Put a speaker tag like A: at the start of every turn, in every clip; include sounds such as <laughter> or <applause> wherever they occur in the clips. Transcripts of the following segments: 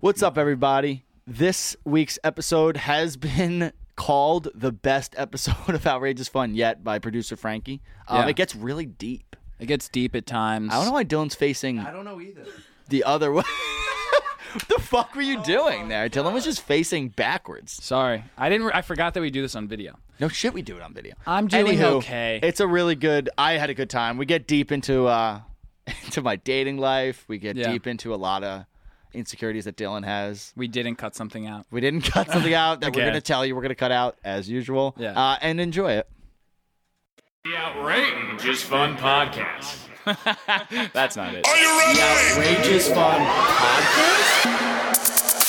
A: What's up, everybody? This week's episode has been called the best episode <laughs> of Outrageous Fun yet by producer Frankie. Um,
B: Yeah.
A: It gets really deep.
B: It gets deep at times.
A: I don't know why Dylan's facing
C: don't know either. Oh
A: the other way. <laughs> what the fuck were you doing there? Dylan was just facing backwards.
B: Sorry, I didn't. Re- I forgot that we do this on video.
A: No shit, we do it on video.
B: I'm doing
A: Anywho,
B: okay.
A: It's a really good. I had a good time. We get deep into uh, <laughs> into my dating life. We get
B: Yeah.
A: deep into a lot of insecurities that Dylan has.
B: We didn't cut something out.
A: We didn't cut something out that we're
B: Okay.
A: gonna tell you. We're gonna cut out as usual.
B: Yeah.
A: Uh, and enjoy it.
D: The Outrageous Fun Podcast.
B: That's not it.
E: Are you ready?
B: Outrageous fun podcast.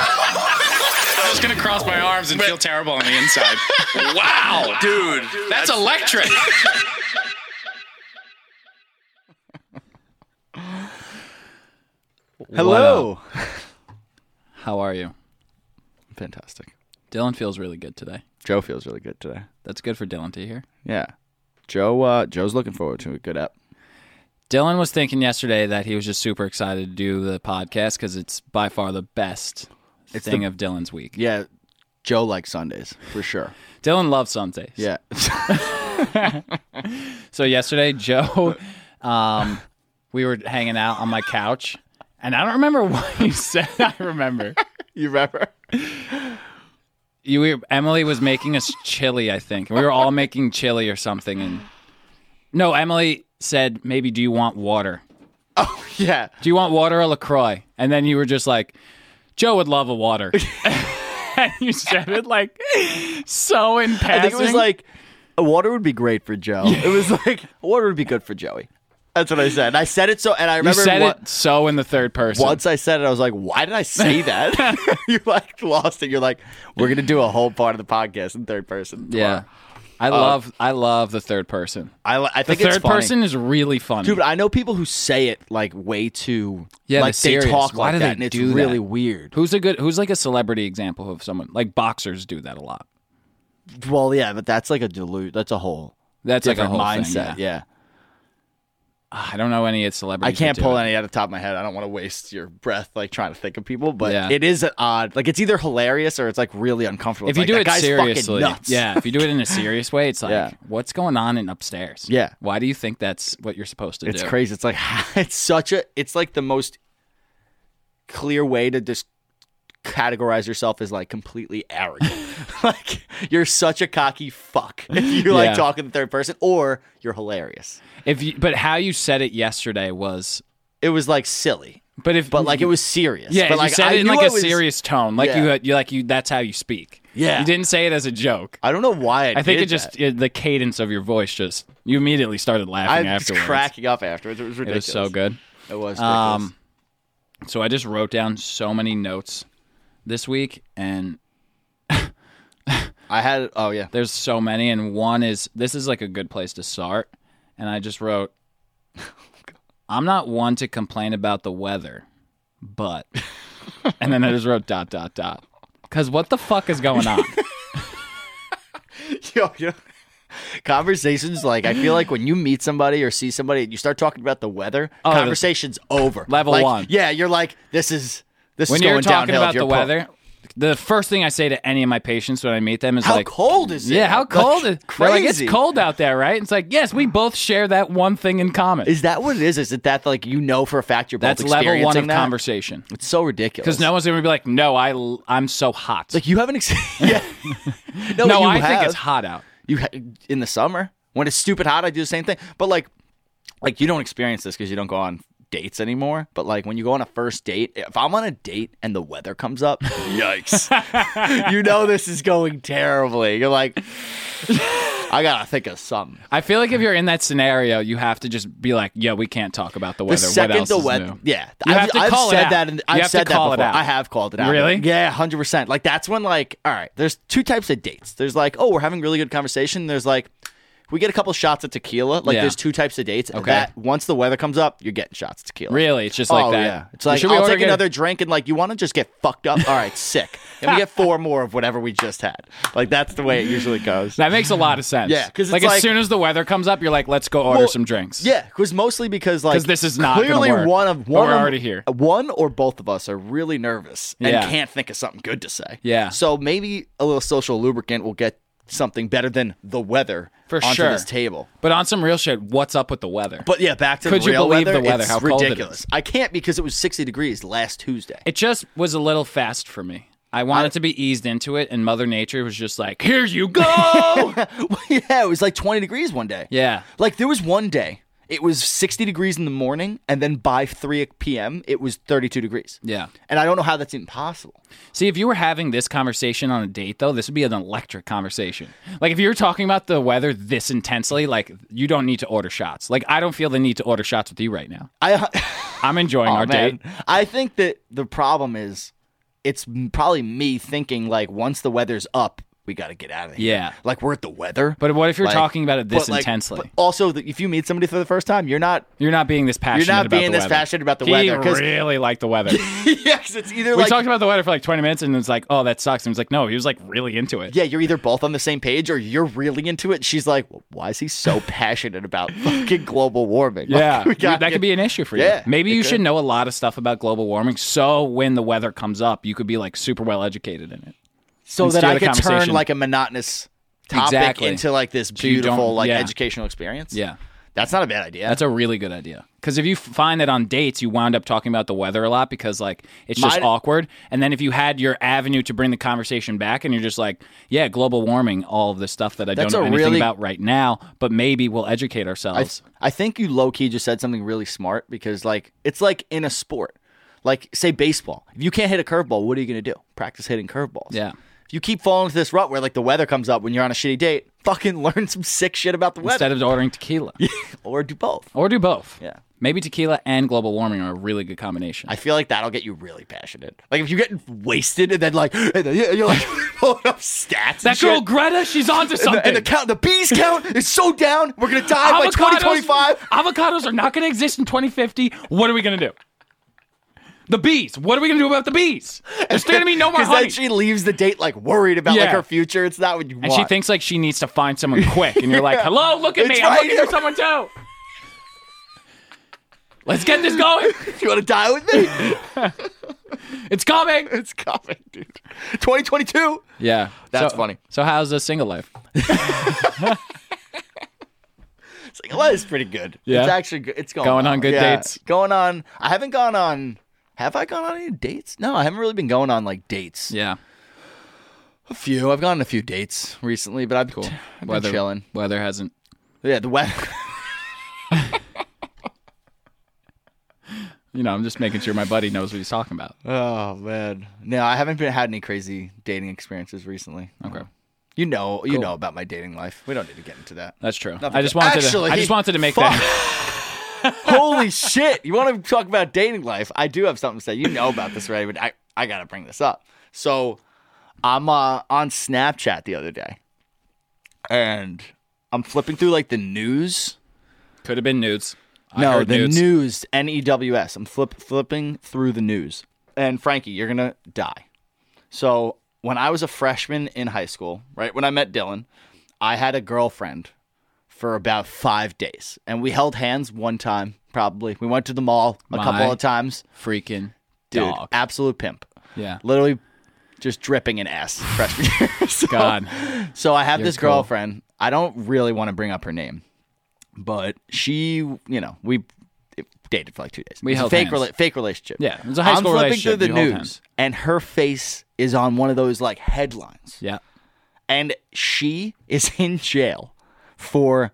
D: I was gonna cross my arms and feel terrible on the inside. wow, dude, that's, electric.
A: Hello.
B: How are you?
A: <laughs> Fantastic.
B: Dylan feels really good today.
A: Joe feels really good today.
B: That's good for Dylan to hear.
A: Yeah. Joe. Uh, Joe's looking forward to a good app.
B: Dylan was thinking yesterday that he was just super excited to do the podcast because it's by far the best
A: the-
B: thing of Dylan's week.
A: Yeah. Joe likes Sundays for <laughs> sure.
B: Dylan loves Sundays.
A: Yeah.
B: So yesterday, Joe, <laughs> um, we were hanging out on my couch, and I don't remember <laughs> what you said. I remember.
A: <laughs> you remember?
B: you were, Emily was making us chili, I think. We were all making chili or something, and no, Emily said maybe, "Do you want water?
A: Oh yeah.
B: Do you want water or Lacroix?" And then you were just like, "Joe would love
A: <laughs>
B: a water." and you said it like so in passing.
A: I think it was like water would be great for Joe. It was like water would be good for Joey. That's what I said. And I said it so, and I
B: you
A: remember
B: said
A: wa-
B: it so in the third person.
A: once I said it, I was like, "Why did I say <laughs> that?" you like lost it. You're like, "We're gonna do a whole part of the podcast in third person."
B: Yeah. I
A: Uh,
B: love I love the third person.
A: I, li- I
B: The
A: think
B: third
A: it's funny.
B: person is really funny.
A: Dude, I know people who say it like way too
B: Yeah,
A: like
B: the
A: they
B: serious.
A: talk
B: Why
A: like
B: do
A: that,
B: they
A: and it's
B: do that?
A: really weird.
B: who's a good who's like a celebrity example of someone like boxers do that a lot.
A: Well, yeah, but that's like a dilute. That's a whole
B: That's like a
A: different
B: whole
A: mindset.
B: Thing,
A: yeah.
B: I don't know any
A: I
B: celebrities.
A: can't
B: that do
A: pull
B: it.
A: any out of the top of my head. I don't want to waste your breath like trying to think of people, but
B: Yeah.
A: it is an odd. Like it's either hilarious or it's like really uncomfortable.
B: If
A: It's
B: you
A: like,
B: do
A: that
B: it
A: guy's fucking
B: seriously,
A: nuts.
B: yeah. If you do it in a serious way, it's like,
A: <laughs> Yeah.
B: what's going on in upstairs?
A: Yeah.
B: Why do you think that's what you're supposed to
A: it's
B: do?
A: crazy. It's like <laughs> it's such a. It's like the most clear way to just categorize yourself as like completely
B: <laughs>
A: arrogant. <laughs> like you're such a cocky fuck if you like
B: Yeah.
A: talk in the third person, or you're hilarious.
B: If you, but how you said it yesterday was,
A: It was like silly,
B: but if
A: but like it was serious.
B: yeah,
A: but
B: you
A: like
B: said
A: I
B: it in
A: knew
B: like
A: I
B: a
A: was-
B: serious tone, like
A: Yeah.
B: you, you like you. That's how you speak.
A: Yeah.
B: you didn't say it as a joke.
A: I don't know why. I,
B: I think
A: did
B: it just
A: that.
B: it- the cadence of your voice just you immediately started
A: I
B: laughing
A: was
B: afterwards.
A: cracking up afterwards. It was
B: it was
A: ridiculous.
B: so good.
A: It was.
B: Um, so I just wrote down so many notes this week, and
A: I had. Oh yeah.
B: there's so many. And one is this is like a good place to start. And I
A: <laughs>
B: just wrote, I'm not one to complain about the weather, but, <laughs> and then I just wrote dot dot dot, because what the fuck is
A: <laughs>
B: going on?
A: Yo, yo. Conversations like I feel like when you meet somebody or see somebody and you start talking about the weather,
B: Oh, the-
A: conversations over.
B: Level
A: Like,
B: one.
A: Yeah, you're like this is this
B: when
A: is going
B: you're talking
A: downhill.
B: about
A: You're
B: the
A: pro-
B: weather. The first thing I say to any of my patients when I meet them is
A: How
B: like,
A: cold is it?
B: "Yeah, how
A: Like,
B: cold is they're like,
A: crazy.
B: It's cold out there, right?" It's like, "Yes, we both share that one thing in common."
A: Is that what it is? Is it that like you know for a fact you're
B: That's
A: both
B: level one
A: experiencing
B: of
A: that?
B: conversation.
A: It's so ridiculous.
B: Because no one's gonna be like, no, I l- I'm so hot.
A: like you haven't. Ex- <laughs> yeah. no,
B: <laughs> no,
A: you
B: I
A: have.
B: think it's hot out.
A: you ha- in the summer when it's stupid hot i do the same thing but like like you don't experience this because you don't go on dates anymore but like when you go on a first date if i'm on a date and the weather comes up yikes <laughs> you know this is going terribly you're like <laughs> i gotta think of something
B: I feel like if you're in that scenario, you have to just be like, yeah, we can't talk about the
A: the
B: weather.
A: second
B: what else
A: the
B: is
A: weather
B: new?
A: yeah
B: You
A: I've,
B: have to
A: I've
B: call it
A: said
B: out.
A: that and
B: You
A: i've
B: have to
A: said
B: call
A: that
B: it
A: before
B: out.
A: i have called it out
B: Really?
A: yeah 100% like that's when like all right there's two types of dates there's like oh we're having really good conversation there's like we get a couple shots of tequila. Like
B: Yeah.
A: there's two types of dates.
B: Okay.
A: That once the weather comes up, you're getting shots of tequila.
B: Really, it's just like
A: oh
B: that.
A: yeah. It's like
B: Should we
A: I'll
B: order
A: take
B: again?
A: another drink and like you want to just get fucked up. All right, sick. Let me get four more of whatever we just had. Like that's the way it usually goes.
B: That makes a lot of sense.
A: Yeah, 'cause it's
B: like, as
A: like-
B: soon as the weather comes up, you're like, let's go order
A: Well,
B: some drinks.
A: Yeah, it was mostly because like
B: 'Cause this is not gonna
A: clearly
B: work,
A: one of
B: but
A: one
B: we're
A: of-
B: already here.
A: One or both of us are really nervous and
B: Yeah.
A: can't think of something good to say.
B: Yeah.
A: So maybe a little social lubricant will get something better than the weather
B: For
A: onto
B: sure.
A: this table.
B: But on some real shit, what's up with the weather?
A: But yeah, back to
B: Could
A: the
B: you
A: real
B: believe the
A: weather.
B: weather,
A: It's
B: how cold it
A: ridiculous. I can't because it was sixty degrees last Tuesday.
B: it just was a little fast for me. I wanted to be eased into it, and Mother Nature was just like, here
A: <laughs>
B: you go.
A: <laughs> yeah, it was like twenty degrees one day.
B: yeah.
A: Like there was one day it was 60 degrees in the morning and then by 3 p.m. it was 32 degrees.
B: Yeah.
A: And I don't know how that's even possible.
B: See, if you were having this conversation on a date, though, this would be an electric conversation. Like, if you were talking about the weather this intensely, like, you don't need to order shots. Like, I don't feel the need to order shots with you right now.
A: I
B: I'm enjoying our
A: Aw, man.
B: date.
A: I think that the problem is it's m- probably me thinking like once the weather's up, we got to get out of here.
B: Yeah.
A: Like we're at the weather.
B: But what if you're
A: Like,
B: talking about it this
A: but, like,
B: intensely?
A: but also, the, if you meet somebody for the first time, you're
B: <laughs>
A: not.
B: You're not being this passionate.
A: not
B: about
A: being
B: the
A: this
B: weather.
A: passionate about the
B: he
A: weather, 'cause-
B: really liked
A: <laughs>
B: the weather. we
A: yes, it's either like
B: talked about the weather for like 20 minutes, and it's like, oh, that sucks. And it's like, no, he was like really into it.
A: yeah, you're either both on the same page or you're really into it. She's like, well, why is he
B: <laughs>
A: so passionate about fucking global warming? Like,
B: Yeah,
A: <laughs> we gotta
B: that could
A: get-
B: be an issue for
A: Yeah,
B: you. Maybe
A: it
B: you
A: could.
B: should know a lot of stuff about global warming, so when the weather comes up, you could be like super well educated in it.
A: so
B: and
A: that
B: steer
A: I
B: the
A: could turn
B: conversation.
A: like a monotonous topic
B: Exactly.
A: into like this
B: you don't-
A: beautiful like
B: yeah.
A: educational experience.
B: Yeah,
A: that's not a bad idea.
B: that's a really good idea. Because if you f- find that on dates, you wound up talking about the weather a lot because like it's just
A: Mine-
B: awkward. And then if you had your avenue to bring the conversation back, and you're just like, yeah, global warming, all of this stuff that I
A: That's
B: don't know
A: a
B: anything
A: really-
B: about right now, but maybe we'll educate
A: I,
B: ourselves.
A: I think you low key just said something really smart because like it's like in a sport, like say baseball. If you can't hit a curveball, what are you gonna do? Practice hitting curveballs.
B: Yeah.
A: If you keep falling into this rut where like the weather comes up when you're on a shitty date, fucking <laughs> learn some sick shit about the weather,
B: instead of ordering tequila.
A: <laughs> or do both.
B: Or do both.
A: Yeah.
B: Maybe tequila and global warming are a really good combination.
A: I feel like that'll get you really passionate. Like if you get wasted and then like and then you- you're like <laughs> pulling up stats.
B: that
A: and
B: girl
A: shit.
B: Greta, she's onto
A: And
B: something.
A: the, and the count, the bees count is so down. We're gonna die by
B: Avocados-
A: 2025.
B: Avocados are not going to exist in 2050. What are we going to do? The bees. What are we going to do about the bees? There's going to
A: <laughs>
B: be no more
A: Because then
B: Oh honey.
A: she leaves the date like worried about like
B: Yeah.
A: her future. It's not what you
B: and
A: want.
B: she thinks like she needs to find someone quick. And you're like, hello, look at
A: It's
B: me. I'm
A: right
B: looking
A: here."
B: for someone too. Let's get this going.
A: You want to die with me? <laughs>
B: It's coming.
A: it's coming, dude. 2022.
B: Yeah.
A: That's funny.
B: So, how's the single life?
A: It's like, well, it's pretty good.
B: Yeah.
A: It's actually good. It's going,
B: Going on good
A: Yeah.
B: dates.
A: Going on. I haven't gone on. Have I gone on any dates? No, I haven't really been going on like dates.
B: Yeah.
A: A few. I've gone on a few dates recently, but I've, cool. <laughs> I've been
B: Weather,
A: chilling.
B: weather hasn't.
A: Yeah, the weather.
B: You know, I'm just making sure my buddy knows what he's talking about.
A: <laughs> oh man. No, I haven't been had any crazy dating experiences recently.
B: Okay.
A: You know, you know about my dating life. We don't need to get into that.
B: That's true.
A: Nothing
B: I just
A: to-
B: wanted
A: Actually,
B: to. I just wanted to make
A: fuck.
B: that.
A: Holy shit! You want to talk about dating life? I do have something to say. You know about this, right? But I, I gotta bring this up. So, I'm uh, on Snapchat the other day, and I'm flipping through like the news.
B: Could have been nudes. I
A: no,
B: heard
A: the
B: nudes.
A: news. N e w s. I'm flip flipping through the news. And Frankie, you're gonna die. So when I was a freshman in high school, right when I met Dylan, I had a girlfriend for about five days, and we held hands one time. Probably we went to the mall a
B: My
A: couple of times.
B: freaking
A: Dude,
B: dog.
A: absolute pimp.
B: Yeah.
A: Literally, just dripping in ass freshman <laughs> year. So-
B: God.
A: so I have
B: You're
A: this
B: cool.
A: girlfriend. I don't really want to bring up her name, but she, you know, we dated for like two days.
B: We
A: It's a
B: held
A: fake
B: hands.
A: rela- fake relationship.
B: Yeah, it was a high
A: I'm
B: school
A: flipping
B: relationship.
A: through the
B: You hold
A: news,
B: hands.
A: and her face is on one of those like headlines,
B: Yeah.
A: and she is <laughs> in jail for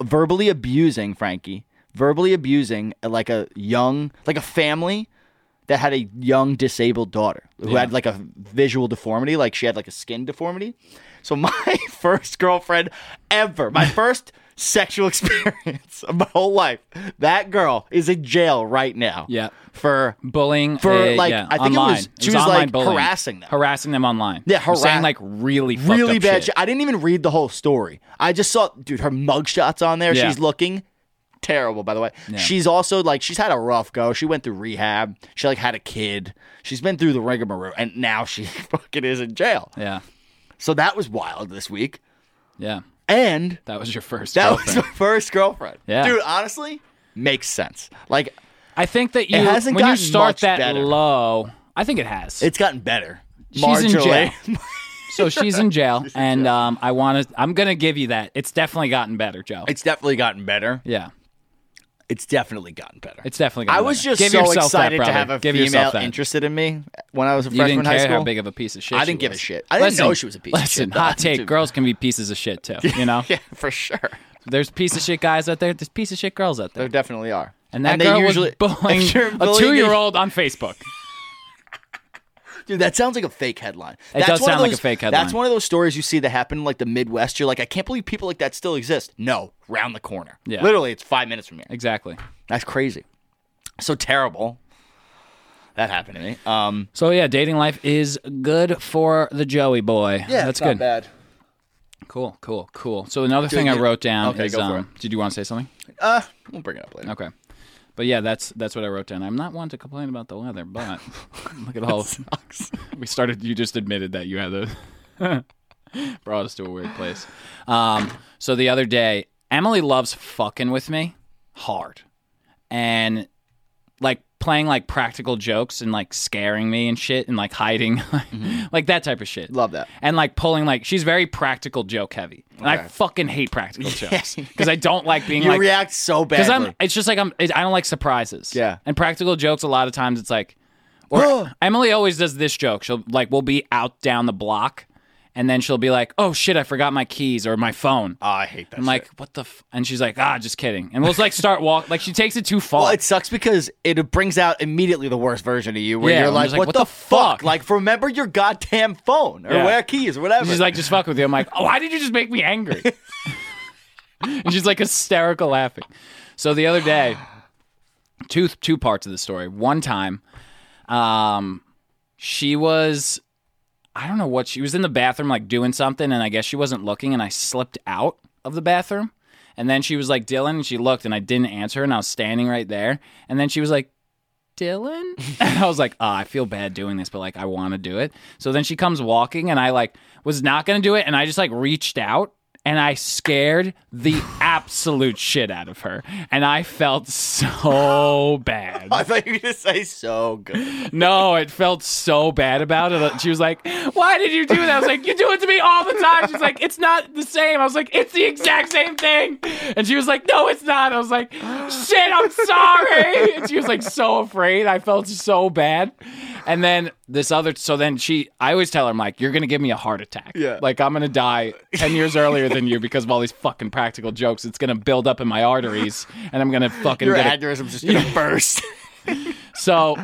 A: verbally abusing Frankie, verbally abusing uh, like a young, like a family that had a young disabled daughter who had like a visual deformity, like she had like a skin deformity. So <laughs> my first girlfriend ever, my first sexual <laughs> experience of my whole life, that girl is in jail right now.
B: Yeah.
A: For
B: bullying
A: For,
B: uh,
A: like,
B: yeah,
A: I think it was-
B: online.
A: she was,
B: online
A: like,
B: bullying.
A: harassing them.
B: harassing them online.
A: Yeah,
B: You're saying
A: harass-
B: like really fucked
A: really
B: up
A: bad
B: shit.
A: shit. I didn't even read the whole story. I just saw, dude, her mugshots on there.
B: Yeah.
A: She's looking terrible, by the way. She's also like, she's had a rough go. She went through rehab. She like had a kid. She's been through the rigmarole, and now she <laughs> fucking is in jail.
B: Yeah,
A: So that was wild this week.
B: yeah.
A: And
B: That was your first.
A: that was
B: girlfriend.
A: my <laughs> first girlfriend.
B: Yeah.
A: Dude, honestly, makes sense. Like,
B: I think that you
A: hasn't
B: when you
A: gotten
B: start
A: much
B: that
A: better.
B: low. I think it has.
A: it's gotten better.
B: She's in jail.
A: Marginally.
B: so she's in jail, and Um, I want to. I'm gonna give you that. It's definitely gotten better, Joe.
A: <laughs> it's definitely gotten better.
B: yeah,
A: It's definitely gotten better.
B: it's definitely.
A: I
B: Gotten
A: was
B: better.
A: just
B: give
A: so
B: yourself
A: excited
B: that,
A: to
B: brother.
A: have a
B: give
A: female
B: yourself that.
A: interested in me when I was a
B: You
A: freshman
B: didn't care
A: in high school.
B: how big of a piece of shit.
A: I
B: she
A: didn't give a
B: was.
A: shit. I didn't
B: Listen,
A: know she was a piece of
B: Listen,
A: shit, though.
B: hot take.
A: Dude.
B: Girls can be pieces of
A: <laughs>
B: shit too. You know,
A: <laughs> yeah, for sure.
B: there's piece of shit guys out there. There's piece of shit girls out there.
A: There definitely are.
B: And that
A: they
B: girl
A: usually <laughs>
B: was bullying
A: If you're
B: a
A: bullying
B: two-year-old on Facebook.
A: Dude, that sounds like a fake headline.
B: It
A: that's
B: does
A: one of
B: sound like a
A: those-
B: fake headline.
A: That's one of those stories you see that happen in like the Midwest. You're like, I can't believe people like that still exist. No, round the corner.
B: Yeah.
A: Literally, it's five minutes from here.
B: Exactly.
A: That's crazy. So terrible. That happened to me. Um,
B: So yeah, dating life is good for the Joey boy.
A: yeah,
B: that's
A: it's not
B: good.
A: Bad.
B: Cool, cool, cool. So another thing I
A: you-
B: wrote down
A: okay,
B: is
A: go for
B: um, did you want to say something?
A: Uh, we'll bring it up later.
B: Okay. But yeah, that's that's what I wrote down. I'm not one to complain about the weather, but <laughs> look at all we started. You just admitted that you had the <laughs> brought us to a weird place. Um, so the other day, Emily loves fucking with me hard, and like playing like practical jokes and like scaring me and shit and like hiding, <laughs> like that type of shit.
A: Mm-hmm. Love that.
B: And like pulling like she's very practical joke heavy, and I
A: Okay.
B: fucking
A: <laughs>
B: hate practical jokes because I don't like being
A: You
B: like
A: react so
B: because
A: badly.
B: I'm. It's just like I'm. It, I don't like surprises.
A: Yeah.
B: And practical jokes. A lot of times, it's like, or Emily always does this joke. She'll like, we'll be out down the block, and then she'll be like, "Oh shit, I forgot my keys or my phone."
A: Oh, I hate that.
B: I'm like, "What the?" F-? And she's like, "Ah, just kidding." And we'll like start walk. Like she takes it too far.
A: Well, it sucks because it brings out immediately the worst version of you, where
B: Yeah,
A: you're
B: I'm
A: like,
B: just like,
A: "What, the, fuck? Like, remember your goddamn phone or
B: Yeah.
A: wear keys or whatever."
B: And she's like, "Just fuck with you." I'm like, "Oh, why did you just make me angry?" and she's like hysterical laughing. So the other day, two two parts of the story. One time, um, she was, I don't know what she was in the bathroom like doing something, and I guess she wasn't looking, and I slipped out of the bathroom, and then she was like, "Dylan," and she looked, and I didn't answer, and I was standing right there, and then she was like. Dylan? <laughs> And I was like, oh, I feel bad doing this, but like, I want to do it. So then she comes walking, and I like was not going to do it. And I just like reached out and I scared the absolute shit out of her. And I felt so bad.
A: <laughs> "I thought you were gonna say so good."
B: No, it felt so bad about it. She was like, Why did you do that? I was like, You do it to me all the time. She's like, It's not the same. I was like, It's the exact same thing. And she was like, No, it's not. I was like, Shit, I'm sorry. And she was like, So afraid. I felt so bad. And then this other, so then she, I always tell her, I'm like, You're going to give me a heart attack.
A: Yeah.
B: Like, I'm going to die 10 years earlier than you because of all these fucking practical jokes. It's going to build up in my arteries and I'm going to fucking
A: Your
B: get a
A: aneurysm's
B: <laughs>
A: just gonna burst. <laughs>
B: so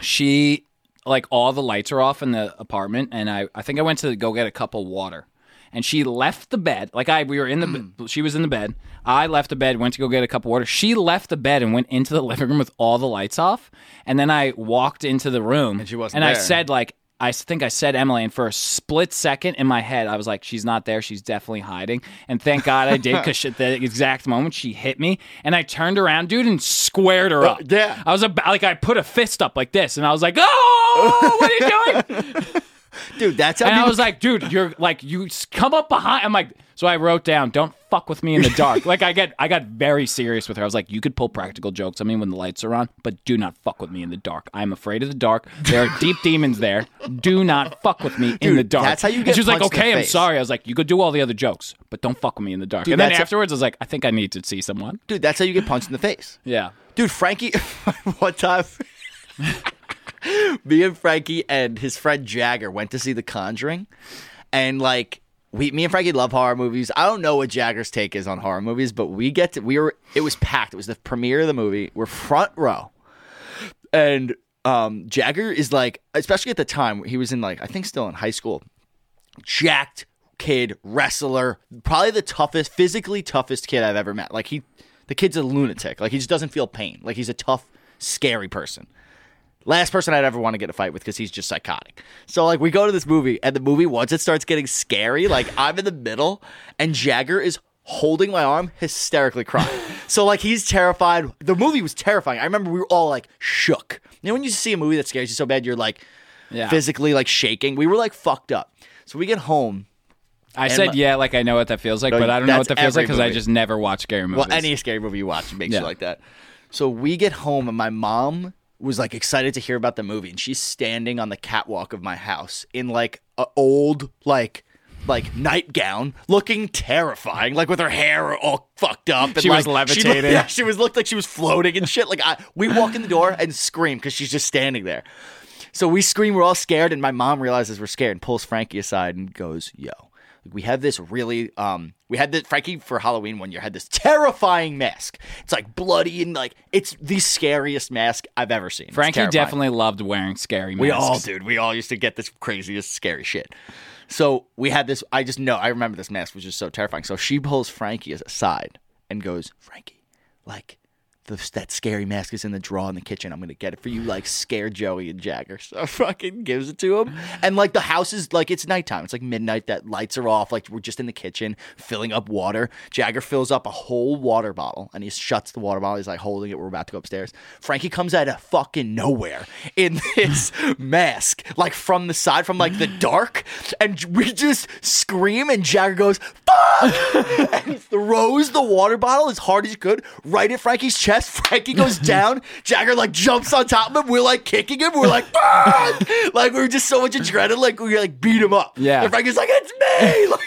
B: she like all the lights are off in the apartment and I, I think I went to go get a cup of water. And she left the bed. Like I we were in
A: Hmm.
B: the she was in the bed. I left the bed, went to go get a cup of water. She left the bed and went into the living room with all the lights off. And then I walked into the room and
A: she wasn't
B: And I
A: there.
B: said like I s- think I said Emily, and for a split second in my head, I was like, "She's not there. She's definitely hiding." And thank God I did, because at the exact moment she hit me, and I turned around, dude, and squared her up.
A: yeah.
B: I was about like I put a fist up like this, and I was like, "Oh, what are you doing?"
A: Dude, that's how
B: and I
A: people-
B: was like, "Dude, you're like you s- come up behind." I'm like, so I wrote down, "Don't fuck with me in the
A: <laughs>
B: dark." like I get, I got very serious with her. I was like, "You could pull practical jokes. I mean, when the lights are on, but do not fuck with me in the dark. I'm afraid of the dark. There are
A: <laughs>
B: deep demons there. Do not fuck with me in
A: Dude,
B: the dark."
A: that's how you
B: And
A: get
B: she was like,
A: punched in the
B: "Okay, I'm
A: face."
B: sorry." I was like, "You could do all the other jokes, but don't fuck with me in the dark."
A: Dude,
B: and then
A: that's-
B: afterwards, I was like, "I think I need to see someone."
A: dude, that's how you get punched in the face.
B: Yeah.
A: Dude, Frankie, <laughs> one time, me and Frankie and his friend Jagger went to see The Conjuring, and like we, me and Frankie love horror movies. I don't know what Jagger's take is on horror movies, but we get to we were it was packed. It was the premiere of the movie. We're front row, and um, Jagger is like, especially at the time he was in like, I think still in high school, jacked kid, wrestler, probably the toughest, physically toughest kid I've ever met. Like he, the kid's a lunatic. Like he just doesn't feel pain. Like he's a tough, scary person. Last person I'd ever want to get in a fight with because he's just psychotic. So like we go to this movie and the movie once it starts getting scary, like <laughs> I'm in the middle and Jagger is holding my arm, hysterically crying. so like he's terrified. The movie was terrifying. I remember we were all like shook. You know when you see a movie that scares you so bad, you're like
B: Yeah.
A: physically like shaking. We were like fucked up. So we get home.
B: I said
A: my-
B: yeah, like I know what that feels like, but I don't know
A: that's
B: what that feels like
A: every
B: because I
A: movie.
B: just never watch scary movies.
A: Well, any scary movie you watch makes
B: Yeah.
A: you like that. So we get home, and my mom was like excited to hear about the movie, and she's standing on the catwalk of my house in like a old like like nightgown, looking terrifying, like with her hair all fucked up. And
B: She was
A: like, She, looked, <laughs>
B: levitating.
A: yeah, she was looked like she was floating and shit. Like I, we walk in the door and scream because she's just standing there. So we scream, we're all scared, and my mom realizes we're scared and pulls Frankie aside and goes, "Yo, we have this really, um, we had this Frankie for Halloween one year had this terrifying mask. It's like bloody and like it's the scariest mask I've ever seen. It's
B: Frankie
A: terrifying.
B: definitely loved wearing scary masks.
A: we all, dude, we all used to get this craziest, scary shit. So we had this. I just know I remember this mask was just so terrifying. So she pulls Frankie aside and goes, "Frankie, like." The, that scary mask is in the drawer in the kitchen. I'm gonna get it for you, like scare Joey and Jagger. So <laughs> fucking gives it to him, and like the house is like it's nighttime. It's like midnight. That lights are off. Like we're just in the kitchen filling up water. Jagger fills up a whole water bottle, and he shuts the water bottle. He's like holding it. We're about to go upstairs. Frankie comes out of fucking nowhere in <laughs> this mask, like from the side, from like the dark, and we just scream, and Jagger goes, "Fuck!" and throws the water bottle as hard as he could right at Frankie's chest. <laughs> Frankie goes down. Jagger like jumps on top of him. We're like kicking him. We're like, <laughs> "Fuck!" like we were just so much adrenaline, like we like beat him up.
B: Yeah.
A: and Frankie's like, "It's me!" <laughs> Like.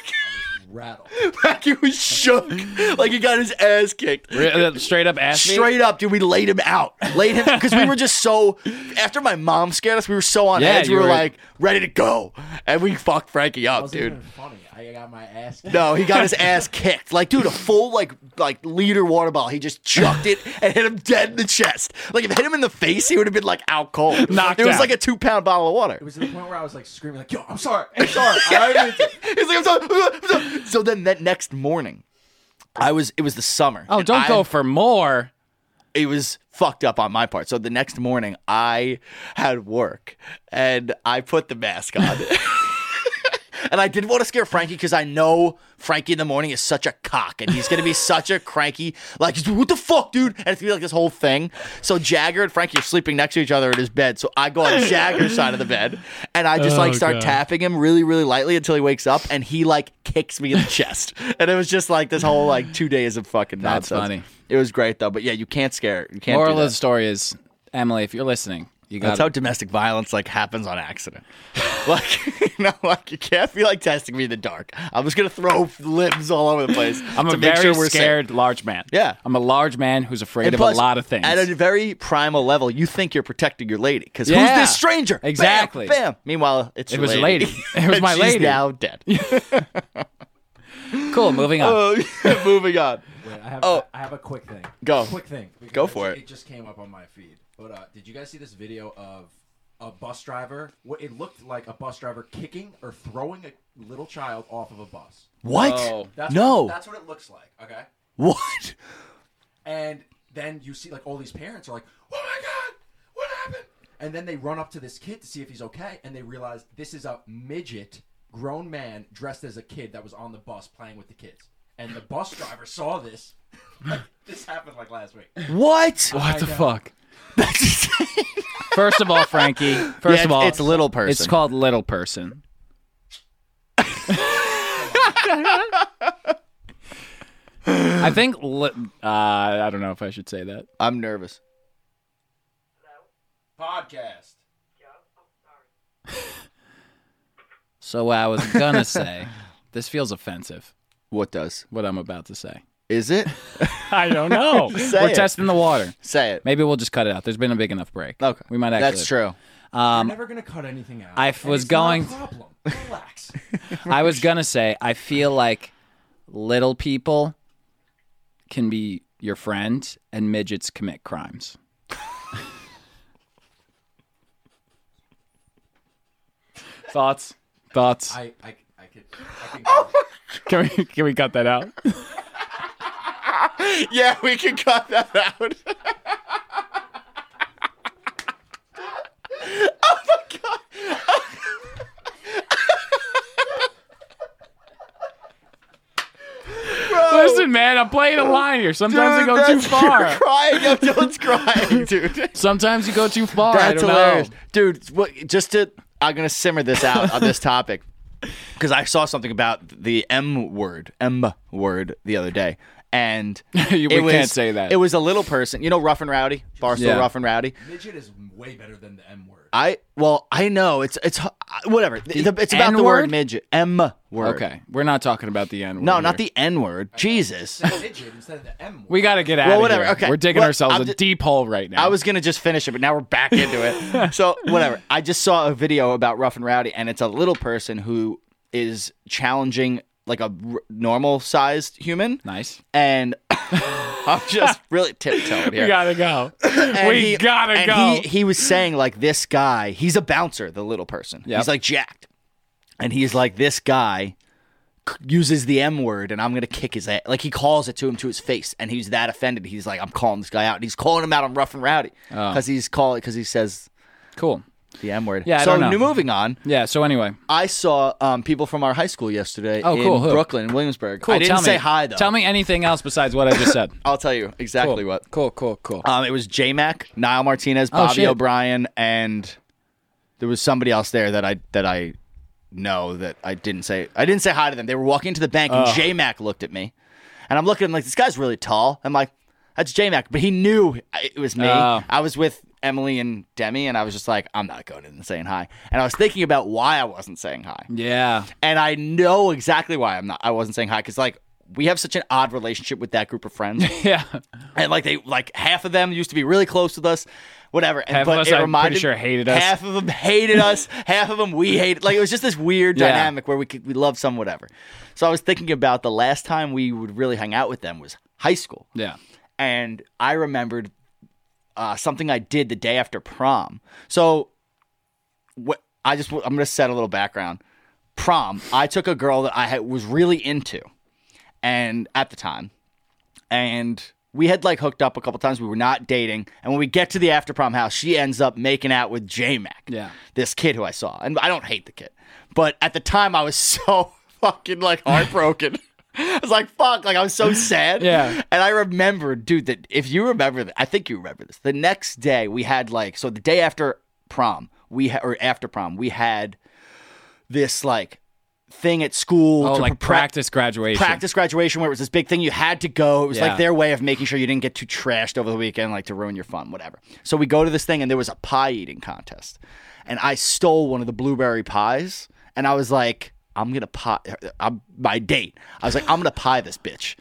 A: Frankie was shook, like he got his ass kicked.
B: Re- straight up ass.
A: uh,
B: me?
A: Straight up, dude, we laid him out. Laid him because we were just so. After my mom scared us, we were so on
B: Yeah,
A: edge. We
B: you
A: were,
B: were-
A: like ready to go, and we fucked Frankie up,
C: wasn't
A: dude.
C: even funny. I got my ass. kicked.
A: No, he got his ass kicked. Like, dude, a full like like liter water bottle. He just chucked it and hit him dead in the chest. Like, if it hit him in the face, he would have been like out cold.
B: Knocked
A: it was
B: out.
A: like a two pound bottle of water.
C: It was to the point where I was like screaming, like, "Yo, I'm sorry, I'm sorry."
A: <laughs>
C: I don't even-
A: He's like, I'm sorry, I'm sorry." So then that next morning, I was. It was the summer.
B: Oh,
A: and
B: don't
A: I-
B: go for more.
A: it was fucked up on my part. So the next morning, I had work and I put the mask on. <laughs> and I didn't want to scare Frankie because I know Frankie in the morning is such a cock and he's going to be such a cranky, like, what the fuck, dude? And it's going to be like this whole thing. So Jagger and Frankie are sleeping next to each other in his bed. So I go on
B: <laughs>
A: Jagger's side of the bed and I just
B: Oh,
A: like start tapping him really, really lightly until he wakes up and he like kicks me in the <laughs> chest. And it was just like this whole like two days of fucking
B: That's
A: nonsense.
B: funny.
A: It was great though, but yeah, you can't scare. You can't.
B: Moral
A: do
B: of the
A: that.
B: story is, Emily, if you're listening, you got
A: That's how domestic violence like happens on accident. <laughs> like you know, like you can't be like testing me in the dark. I'm just gonna throw limbs all over the place.
B: <laughs> I'm
A: to
B: a
A: make
B: very
A: sure we're safe.
B: scared large man.
A: Yeah.
B: I'm a large man who's afraid
A: And
B: of
A: plus,
B: a lot of things.
A: At a very primal level, you think you're protecting your lady because
B: Yeah.
A: who's this stranger? Bam,
B: Exactly.
A: Bam. Meanwhile, it's
B: It
A: your
B: was
A: <laughs>
B: a lady. It was
A: And
B: my
A: she's
B: lady.
A: Now
B: <laughs>
A: dead.
B: cool, moving <laughs> on.
A: Uh, moving on.
C: Wait, I have,
A: Oh.
C: I have a quick thing.
A: Go.
C: Quick thing. because
A: Go for
C: it's-
A: it.
C: It just came up on my feed. But uh, did you guys see this video of a bus driver? What it looked like a bus driver kicking or throwing a little child off of a bus.
A: What?
B: Whoa.
C: Oh, That's
A: no.
C: What, that's what it looks like. Okay.
A: what?
C: And then you see like all these parents are like, "Oh my god, what happened?" And then they run up to this kid to see if he's okay, and they realize this is a midget, grown man dressed as a kid that was on the bus playing with the kids. And the bus driver saw this. <laughs> this happened like last week.
A: What? <laughs>
B: what the
C: know.
B: fuck? First of all, <laughs> Frankie. First
A: Yeah,
B: of all,
A: it's- it's little person.
B: It's called little person. <laughs> I think. Li- uh, I don't know if I should say that.
A: I'm nervous.
C: Podcast.
B: So what I was gonna <laughs> say. This feels offensive.
A: What does?
B: What I'm about to say.
A: Is it?
B: <laughs> I
A: <laughs>
B: don't know.
A: say
B: We're
A: it.
B: testing the water.
A: Say it.
B: Maybe we'll just cut it out. There's been a big enough break.
A: Okay.
B: We might actually.
A: That's true.
C: I'm never gonna cut anything out.
B: Um, I
C: and
B: was
C: it's not
B: going- <laughs>
C: a problem. Relax.
B: I was gonna say I feel like little people can be your friend and midgets commit crimes. Thoughts? Thoughts?
C: I, I, I could. I could
B: Oh Can we can we cut
A: <laughs>
B: that out?
A: <laughs> Yeah, we can cut that
B: <laughs>
A: out. oh my god. Bro,
B: Listen, man, I'm playing a line here. Sometimes
A: dude,
B: I go too
A: that's- <laughs> you're
B: far.
A: crying
B: <laughs>
A: until it's crying, dude.
B: Sometimes you go too far. I
A: That's
B: don't know.
A: hilarious, dude. What, just to, I'm gonna simmer this out on this topic
B: <laughs>
A: because I saw something about the M word, M word, the other day, and
B: You- <laughs> we
A: it was-
B: can't say that.
A: It was a little person, you know, rough and rowdy, barstool
B: Yeah.
A: rough and rowdy.
C: midget is way better than the M
B: Uh,
C: word.
A: I well, I know it's it's whatever. The- it's about the
B: N-word?
A: word midget, M word.
B: Okay, we're not talking about the end.
A: no, not the N word. Jesus.
C: Say midget instead of the M word.
B: We got to get out
A: Well,
B: of
A: whatever,
B: here.
A: okay.
B: We're digging
A: Well,
B: ourselves
A: I'm
B: a
A: ju-
B: deep hole right now.
A: I was gonna just finish it, but now we're back into it. so whatever. I just saw a video about Rough and Rowdy, and it's a little person who is challenging like a r- normal sized human,
B: nice.
A: and <laughs> I'm just really tiptoeing here.
B: We gotta go.
A: <laughs> And
B: we
A: he-
B: gotta
A: and
B: go.
A: He, he was saying like this guy, he's a bouncer, the little person.
B: Yep.
A: He's like jacked, and he's like this guy c- uses the M word, and I'm gonna kick his ass. Like he calls it to him to his face, and he's that offended. He's like, I'm calling this guy out, and he's calling him out on rough and rowdy
B: Oh.
A: because he's calling because he says
B: cool.
A: the M word.
B: Yeah, I
A: So
B: don't know.
A: new- moving on,
B: Yeah. So anyway,
A: I saw um, people from our high school yesterday
B: Oh,
A: in
B: cool. Who?
A: Brooklyn, in Williamsburg.
B: cool.
A: I didn't
B: tell
A: say
B: me.
A: hi though.
B: Tell me anything else besides what I just said.
A: I'll tell you <laughs> exactly
B: cool.
A: what.
B: Cool. Cool. Cool.
A: Um, it was J Mac, Niall Martinez,
B: Oh,
A: Bobby
B: shit.
A: O'Brien, and there was somebody else there that I that I know that I didn't say I didn't say hi to them. They were walking into the bank and J Mac looked at me, and I'm looking at him like this guy's really tall. I'm like, that's J Mac, but he knew it was me.
B: Oh.
A: I was with Emily and Demi, and I was just like, I'm not going in and saying hi. And I was thinking about why I wasn't saying hi, <laughs>
B: yeah.
A: and I know exactly why I'm not. I wasn't saying hi because like. We have such an odd relationship with that group of friends
B: Yeah.
A: and like they like half of them used to be really close with us whatever and
B: Half of
A: but
B: us,
A: it
B: I'm pretty
A: reminded,
B: sure, hated us.
A: half of them hated
B: <laughs>
A: us half of them we hated like it was just this weird
B: Yeah.
A: dynamic where we could we love some whatever so i was thinking about the last time we would really hang out with them was high school
B: Yeah.
A: and i remembered uh, something i did the day after prom so what i just i'm gonna set a little background prom i took a girl that i had, was really into and at the time and we had like hooked up a couple times. We were not dating, and when we get to the after prom house, she ends up making out with J Mac.
B: Yeah.
A: this kid who I saw, and I don't hate the kid, but at the time I was <laughs> so fucking like heartbroken. <laughs> I was like, fuck, like I was so sad.
B: Yeah.
A: And I remembered, dude, that if you remember that, I think you remember this. The next day we had like, so the day after prom, we ha- or after prom, we had this like thing at school
B: Oh,
A: to
B: like
A: prepare-
B: practice graduation.
A: practice graduation where it was this big thing you had to go. It was
B: Yeah.
A: like their way of making sure you didn't get too trashed over the weekend, like to ruin your fun, whatever. So we go to this thing and there was a pie eating contest. And I stole one of the blueberry pies and I was like, I'm gonna pie uh, I'm my date. I was like, I'm gonna pie this bitch.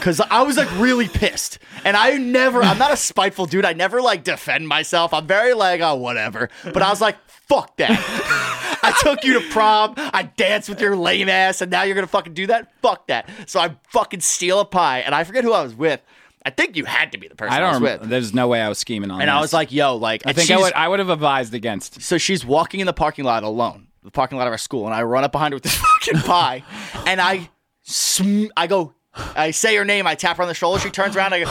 A: Cause I was like really pissed. And I never I'm not a spiteful dude. I never like defend myself. I'm very like, oh whatever. But I was like, fuck that. <laughs> I took you to prom. I danced with your lame ass, and now you're gonna fucking do that? Fuck that. So I fucking steal a pie, and I forget who I was with. I think you had to be the person
B: I
A: I,
B: don't.
A: was
B: Rem-
A: with.
B: there's no way I was scheming on.
A: And I
B: this.
A: was like, yo, like,
B: I think I would. I would have advised against.
A: so she's walking in the parking lot alone, the parking lot of our school, and I run up behind her with this <laughs> fucking pie, and I, sm- I go, I say her name, I tap her on the shoulder, she turns around, I go,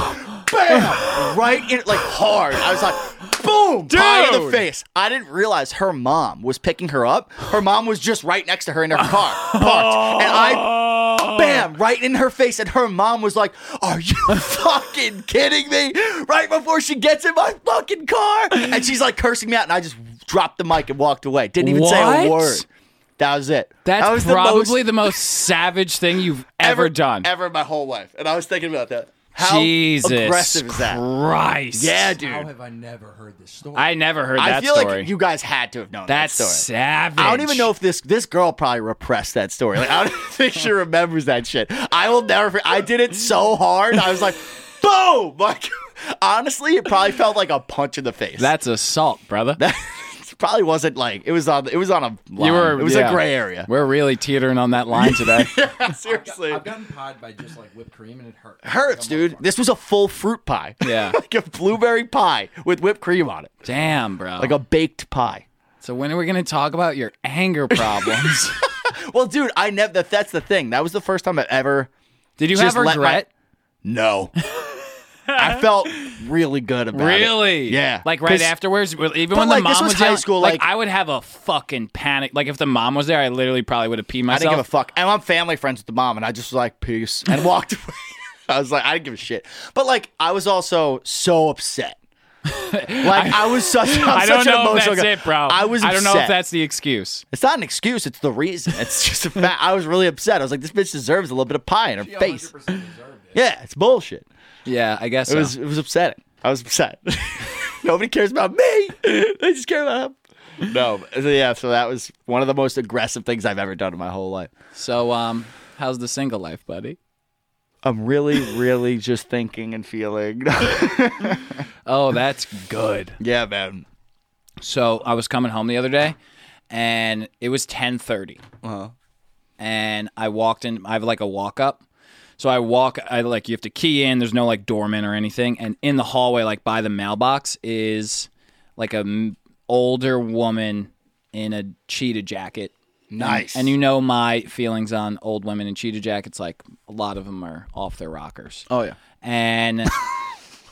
A: bam, right in, like hard. I was like, boom, pie in the
B: Dude.
A: face. I didn't realize her mom was picking her up. Her mom was just right next to her in her car, parked, and I
B: Oh.
A: bam, right in her face. And her mom was like, Are you
B: <laughs>
A: fucking kidding me? Right before she gets in my fucking car. And she's like cursing me out. And I just dropped the mic and walked away. Didn't even say a
B: What?
A: word. That was it.
B: That's
A: that was
B: probably
A: the
B: the
A: most
B: most, savage thing you've ever, done.
A: <laughs> Ever in my whole life. And I was thinking about that. How
B: Jesus
A: aggressive is that?
B: Christ.
A: Yeah,
C: How
A: dude.
C: have I never heard this story?
B: I never heard
A: I
B: that
A: feel
B: story.
A: like you guys had to have known
B: That's
A: that story.
B: savage.
A: I don't even know if this this girl probably repressed that story. Like I don't <laughs> think she remembers that shit. I will never. for- I did it so hard. I was like, <laughs> boom. Like <laughs> honestly, it probably felt like a punch in the face. <laughs>
B: That's assault, brother.
A: That probably wasn't like it was on. It was on a. Line.
B: you were.
A: It was
B: yeah.
A: a gray
B: <laughs>
A: area.
B: We're really teetering on that line
A: <laughs>
B: today.
A: Seriously,
C: I've gotten pied by just like whipped cream and it hurt.
A: hurts, dude. This was a full fruit pie. <laughs>
B: Yeah.
A: like a blueberry pie with whipped cream on it,
B: Damn, bro.
A: like a baked pie.
B: So when are we going to talk about your
A: <laughs>
B: anger problems?
A: Well, dude, I never. That's the thing. That was the first time I ever.
B: Did you
A: Just
B: have
A: let my-
B: regret?
A: No. I felt really good about it.
B: Really?
A: Yeah.
B: Like right
A: 'Cause-
B: afterwards, well, even
A: But,
B: when
A: like,
B: the mom
A: this was high
B: yelling-
A: school,
B: Like,
A: like-
B: I would have a fucking panic. Like if the mom was there, I literally probably would have
A: I
B: peed myself.
A: didn't give a fuck. And I'm family friends with the mom, and I just was like, peace, and walked <laughs> away. I was like, I didn't give a shit. But like, I was also so upset. Like I, was such. I'm
B: <laughs> I don't
A: such an
B: know if
A: emotional
B: that's
A: guy.
B: it, bro.
A: I was.
B: I don't know if
A: upset.
B: that's the excuse.
A: It's not an excuse. It's the reason. It's just a fact. I was really upset. I was like, this bitch deserves a little bit of pie in her
C: She 100%
A: face.
C: deserved it.
A: Yeah, it's bullshit.
B: Yeah, I guess
A: It was. It was upsetting. I was upset. <laughs> Nobody cares about <laughs> me. They just care about him. No. but- so, yeah. So that was one of the most aggressive things I've ever done in my whole life.
B: So, um, how's the single life, buddy?
A: I'm really, really just thinking and feeling. <laughs>
B: Oh, that's good.
A: yeah, man.
B: So I was coming home the other day, and it was ten thirty,
A: Uh-huh.
B: and I walked in. I have like a walk up, so I walk. I like you have to key in. There's no like doorman or anything, and in the hallway, like by the mailbox, is like a m- older woman in a cheetah jacket. And-
A: Nice.
B: And, you know my feelings on old women in cheetah jackets. Like a lot of them are off their rockers.
A: Oh yeah.
B: And <laughs>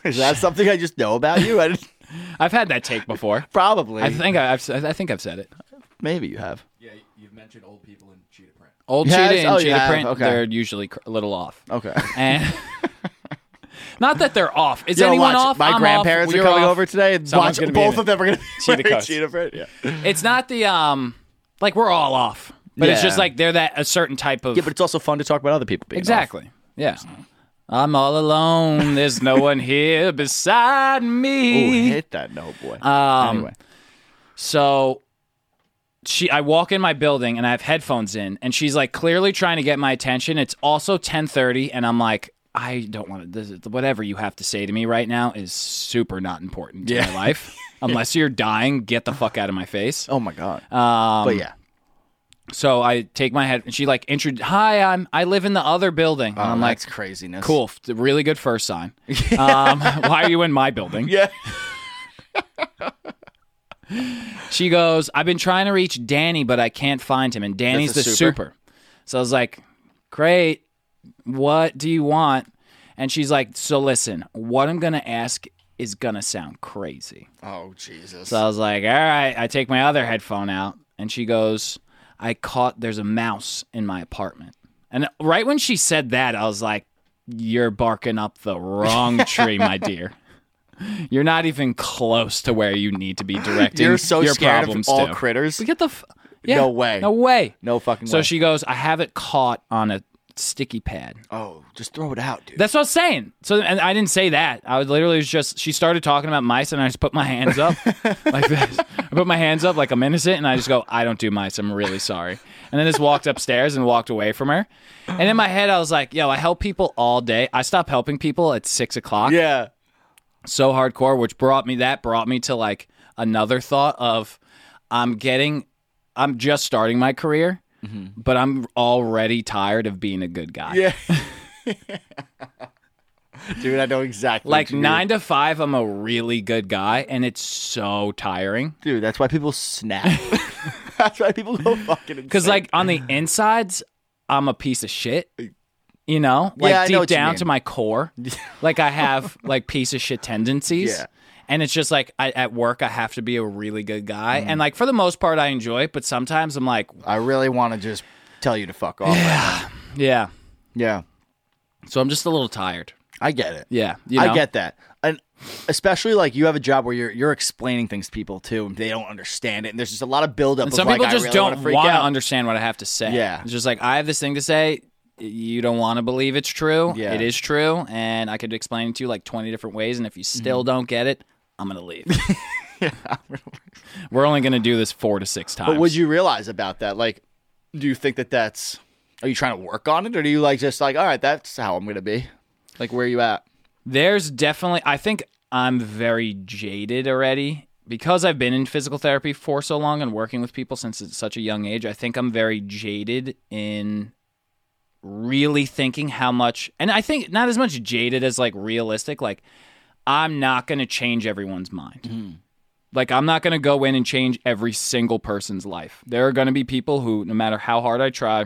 A: Is that something I just know about you? I didn't-
B: I've had that take before.
A: probably.
B: I think I, I've I think I've said it.
A: maybe you have.
C: Yeah, you've mentioned old people in cheetah print.
B: Old
A: Yes,
B: cheetah and
A: oh, you
B: cheetah
A: have,
B: print,
A: okay.
B: they're usually cr- a little off.
A: Okay.
B: And <laughs> not that they're off. Is
A: Yo,
B: anyone
A: watch,
B: off?
A: My
B: I'm off,
A: grandparents
B: we're
A: are coming
B: off.
A: over today. And watch,
B: Someone's gonna be
A: both
B: in
A: of them are going to
B: cheetah coats.
A: <laughs> cheetah print. Yeah.
B: It's not the um, like we're all off, but it's
A: Yeah.
B: just like they're that a certain type of
A: yeah, but it's also fun to talk about other people. Being
B: exactly. Yeah, I'm all alone. There's no one here beside
A: Off. Ooh,
B: me.
A: hit that note, boy.
B: Um,
A: anyway,
B: So she I walk in my building and I have headphones in and she's like clearly trying to get my attention. It's also 10:30 and I'm like I don't want to this is, whatever you have to say to me right now is super not important to
A: <laughs>
B: my life. Unless you're dying, get the fuck out of my face.
A: oh my god.
B: Um,
A: but yeah,
B: so I take my head and she like intro hi, I'm I live in the other building. and
A: Oh,
B: I'm like
A: that's craziness.
B: cool, f- really good
A: <laughs>
B: first sign. um, why are you in my building?
A: Yeah.
B: She goes, I've been trying to reach Danny, but I can't find him. And Danny's the
A: That's a
B: super.
A: super.
B: So I was like, Great. What do you want? And she's like, So listen, what I'm going to ask is going to sound crazy.
A: Oh Jesus.
B: So I was like, All right. I take my other headphone out. And she goes, I caught, there's a mouse in my apartment. And right when she said that, I was like, You're barking up the
A: <laughs>
B: wrong tree, my dear. You're not even close to where you need to be directing
A: You're so
B: your
A: scared of
B: problems
A: all
B: to.
A: critters.
B: We get the f- yeah,
A: No way.
B: no way.
A: No fucking
B: So
A: way.
B: she goes, I have it caught on a sticky pad.
A: oh, just throw it out, dude.
B: That's what I was saying. So and I didn't say that. I was literally was just she started talking about mice and I just put my
A: <laughs>
B: hands up like this. I put my hands up like I'm innocent and I just go, I don't do mice. I'm really sorry. And then just walked upstairs and walked away from her. And in my head, I was like, Yo, I help people all day. I stop helping people at six o'clock
A: yeah.
B: so hardcore, which brought me that brought me to like another thought of I'm getting I'm just starting my career,
A: Mm-hmm.
B: but I'm already tired of being a good guy. <laughs>
A: Yeah. Dude, I know exactly. what
B: Like
A: you mean.
B: nine to five, I'm a really good guy, and it's so tiring.
A: Dude, that's why people
B: <laughs>
A: snap. that's why people go fucking insane.
B: Because like
A: <sighs>
B: on the insides, I'm a piece of shit. You know, like
A: I know
B: deep
A: what you
B: down
A: mean.
B: to
A: <laughs>
B: my core, like I have like piece of shit tendencies.
A: Yeah.
B: And it's just like I, at work, I have to be a really good guy,
A: Mm-hmm.
B: and like for the most part, I enjoy it. But sometimes I'm like,
A: I really want to just tell you to fuck off.
B: yeah.
A: Yeah.
B: So I'm just a little tired.
A: I get it.
B: Yeah, you know?
A: I get that. And especially like you have a job where you're you're explaining things to people too and they don't understand it and there's just a lot of buildup
B: And
A: of
B: some
A: like
B: people
A: I
B: just
A: really
B: don't
A: wanna freak
B: want to
A: out.
B: understand what I have to say.
A: Yeah.
B: It's just like, I have this thing to say. You don't want to believe it's true.
A: Yeah.
B: It is true. And I could explain it to you like 20 different ways. And if you
A: Mm-hmm.
B: still don't get it, I'm going
A: <laughs>
B: to leave. We're only going to do this four to six times.
A: But would you realize about that? Like do you think that that's are you trying to work on it or do you like just like all right, that's how I'm going to be? Like where are you at?
B: There's definitely, I think I'm very jaded already because I've been in physical therapy for so long and working with people since it's such a young age. I think I'm very jaded in really thinking how much, and I think not as much jaded as like realistic, like I'm not going to change everyone's mind. Like I'm not going to go in and change every single person's life. There are going to be people who no matter how hard I try,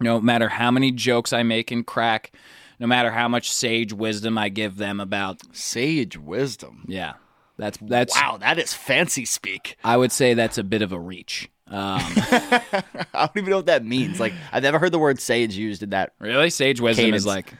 B: no matter how many jokes I make and crack, no matter how much sage wisdom I give them about
A: Sage wisdom.
B: yeah. That's that's
A: Wow, that is fancy speak.
B: I would say that's a bit of a reach. Um,
A: <laughs> I don't even know what that means. Like, I've never heard the word sage used in that.
B: really, sage wisdom
A: Cadence.
B: is like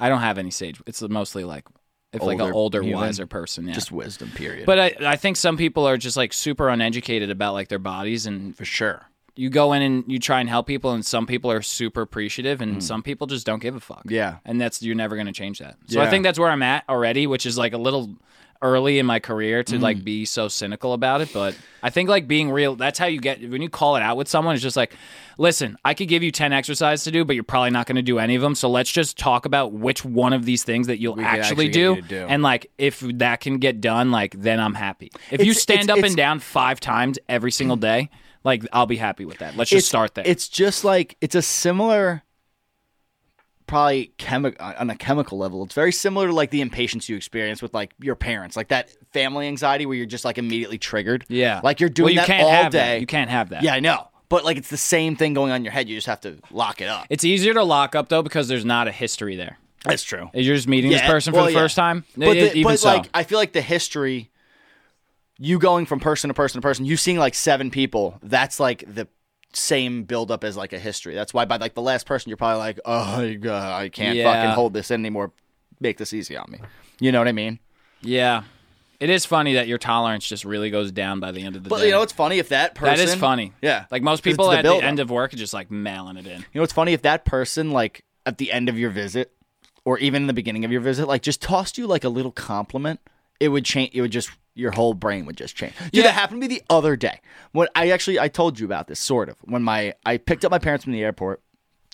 B: I don't have any sage. It's mostly like if like an
A: Older
B: older,
A: human.
B: wiser person. Yeah.
A: Just wisdom, period.
B: but I, I think some people are just like super uneducated about like their bodies and
A: for sure.
B: you go in and you try and help people and some people are super appreciative and some people just don't give a fuck
A: Mm. Yeah.
B: and that's you're never going to change that so i
A: Yeah.
B: think that's where i'm at already which is like a little early in my career to like
A: Mm.
B: be so cynical about it but i think like being real that's how you get when you call it out with someone it's just like listen i could give you 10 exercises to do but you're probably not going to do any of them so let's just talk about which one of these things that you'll
A: can actually
B: actually,
A: get
B: do,
A: you to do.
B: and like if that can get done like then i'm happy if you
A: It's-
B: stand
A: it's-
B: up
A: it's-
B: and down five times every single day like i'll be happy with that let's just start there
A: It's just like it's a similar, probably chemi- on a chemical level. It's very similar to like the impatience you experience with like your parents, like that family anxiety where you're just like immediately triggered.
B: yeah
A: like you're doing
B: well, you
A: that
B: can't
A: all
B: have that.
A: day.
B: you can't have that
A: Yeah, I know. But like it's the same thing going on in your head. You just have to lock it up.
B: It's easier to lock up though because there's not a history there.
A: That's true.
B: You're just meeting this
A: Yeah,
B: person for
A: well,
B: the
A: yeah.
B: first time.
A: But,
B: E-
A: the,
B: even
A: but
B: so,
A: like, I feel like the history, you going from person to person to person, you seeing like seven people, that's like the same buildup as like a history. That's why by like the last person, you're probably like, oh, God, I can't
B: Yeah.
A: fucking hold this in anymore. Make this easy on me. You know what I mean?
B: yeah, it is funny that your tolerance just really goes down by the end of the
A: But
B: day.
A: you know what's funny? If that person.
B: that is funny.
A: Yeah.
B: like most
A: 'Cause it's
B: people at the
A: buildup.
B: end of work are just like mailing it in.
A: You know what's funny? If that person, like, at the end of your visit, or even in the beginning of your visit, like, just tossed you like a little compliment, it would change. It would just your whole brain would just change. Dude,
B: Yeah.
A: that happened to me the other day. When I actually I told you about this sort of when my I picked up my parents from the airport.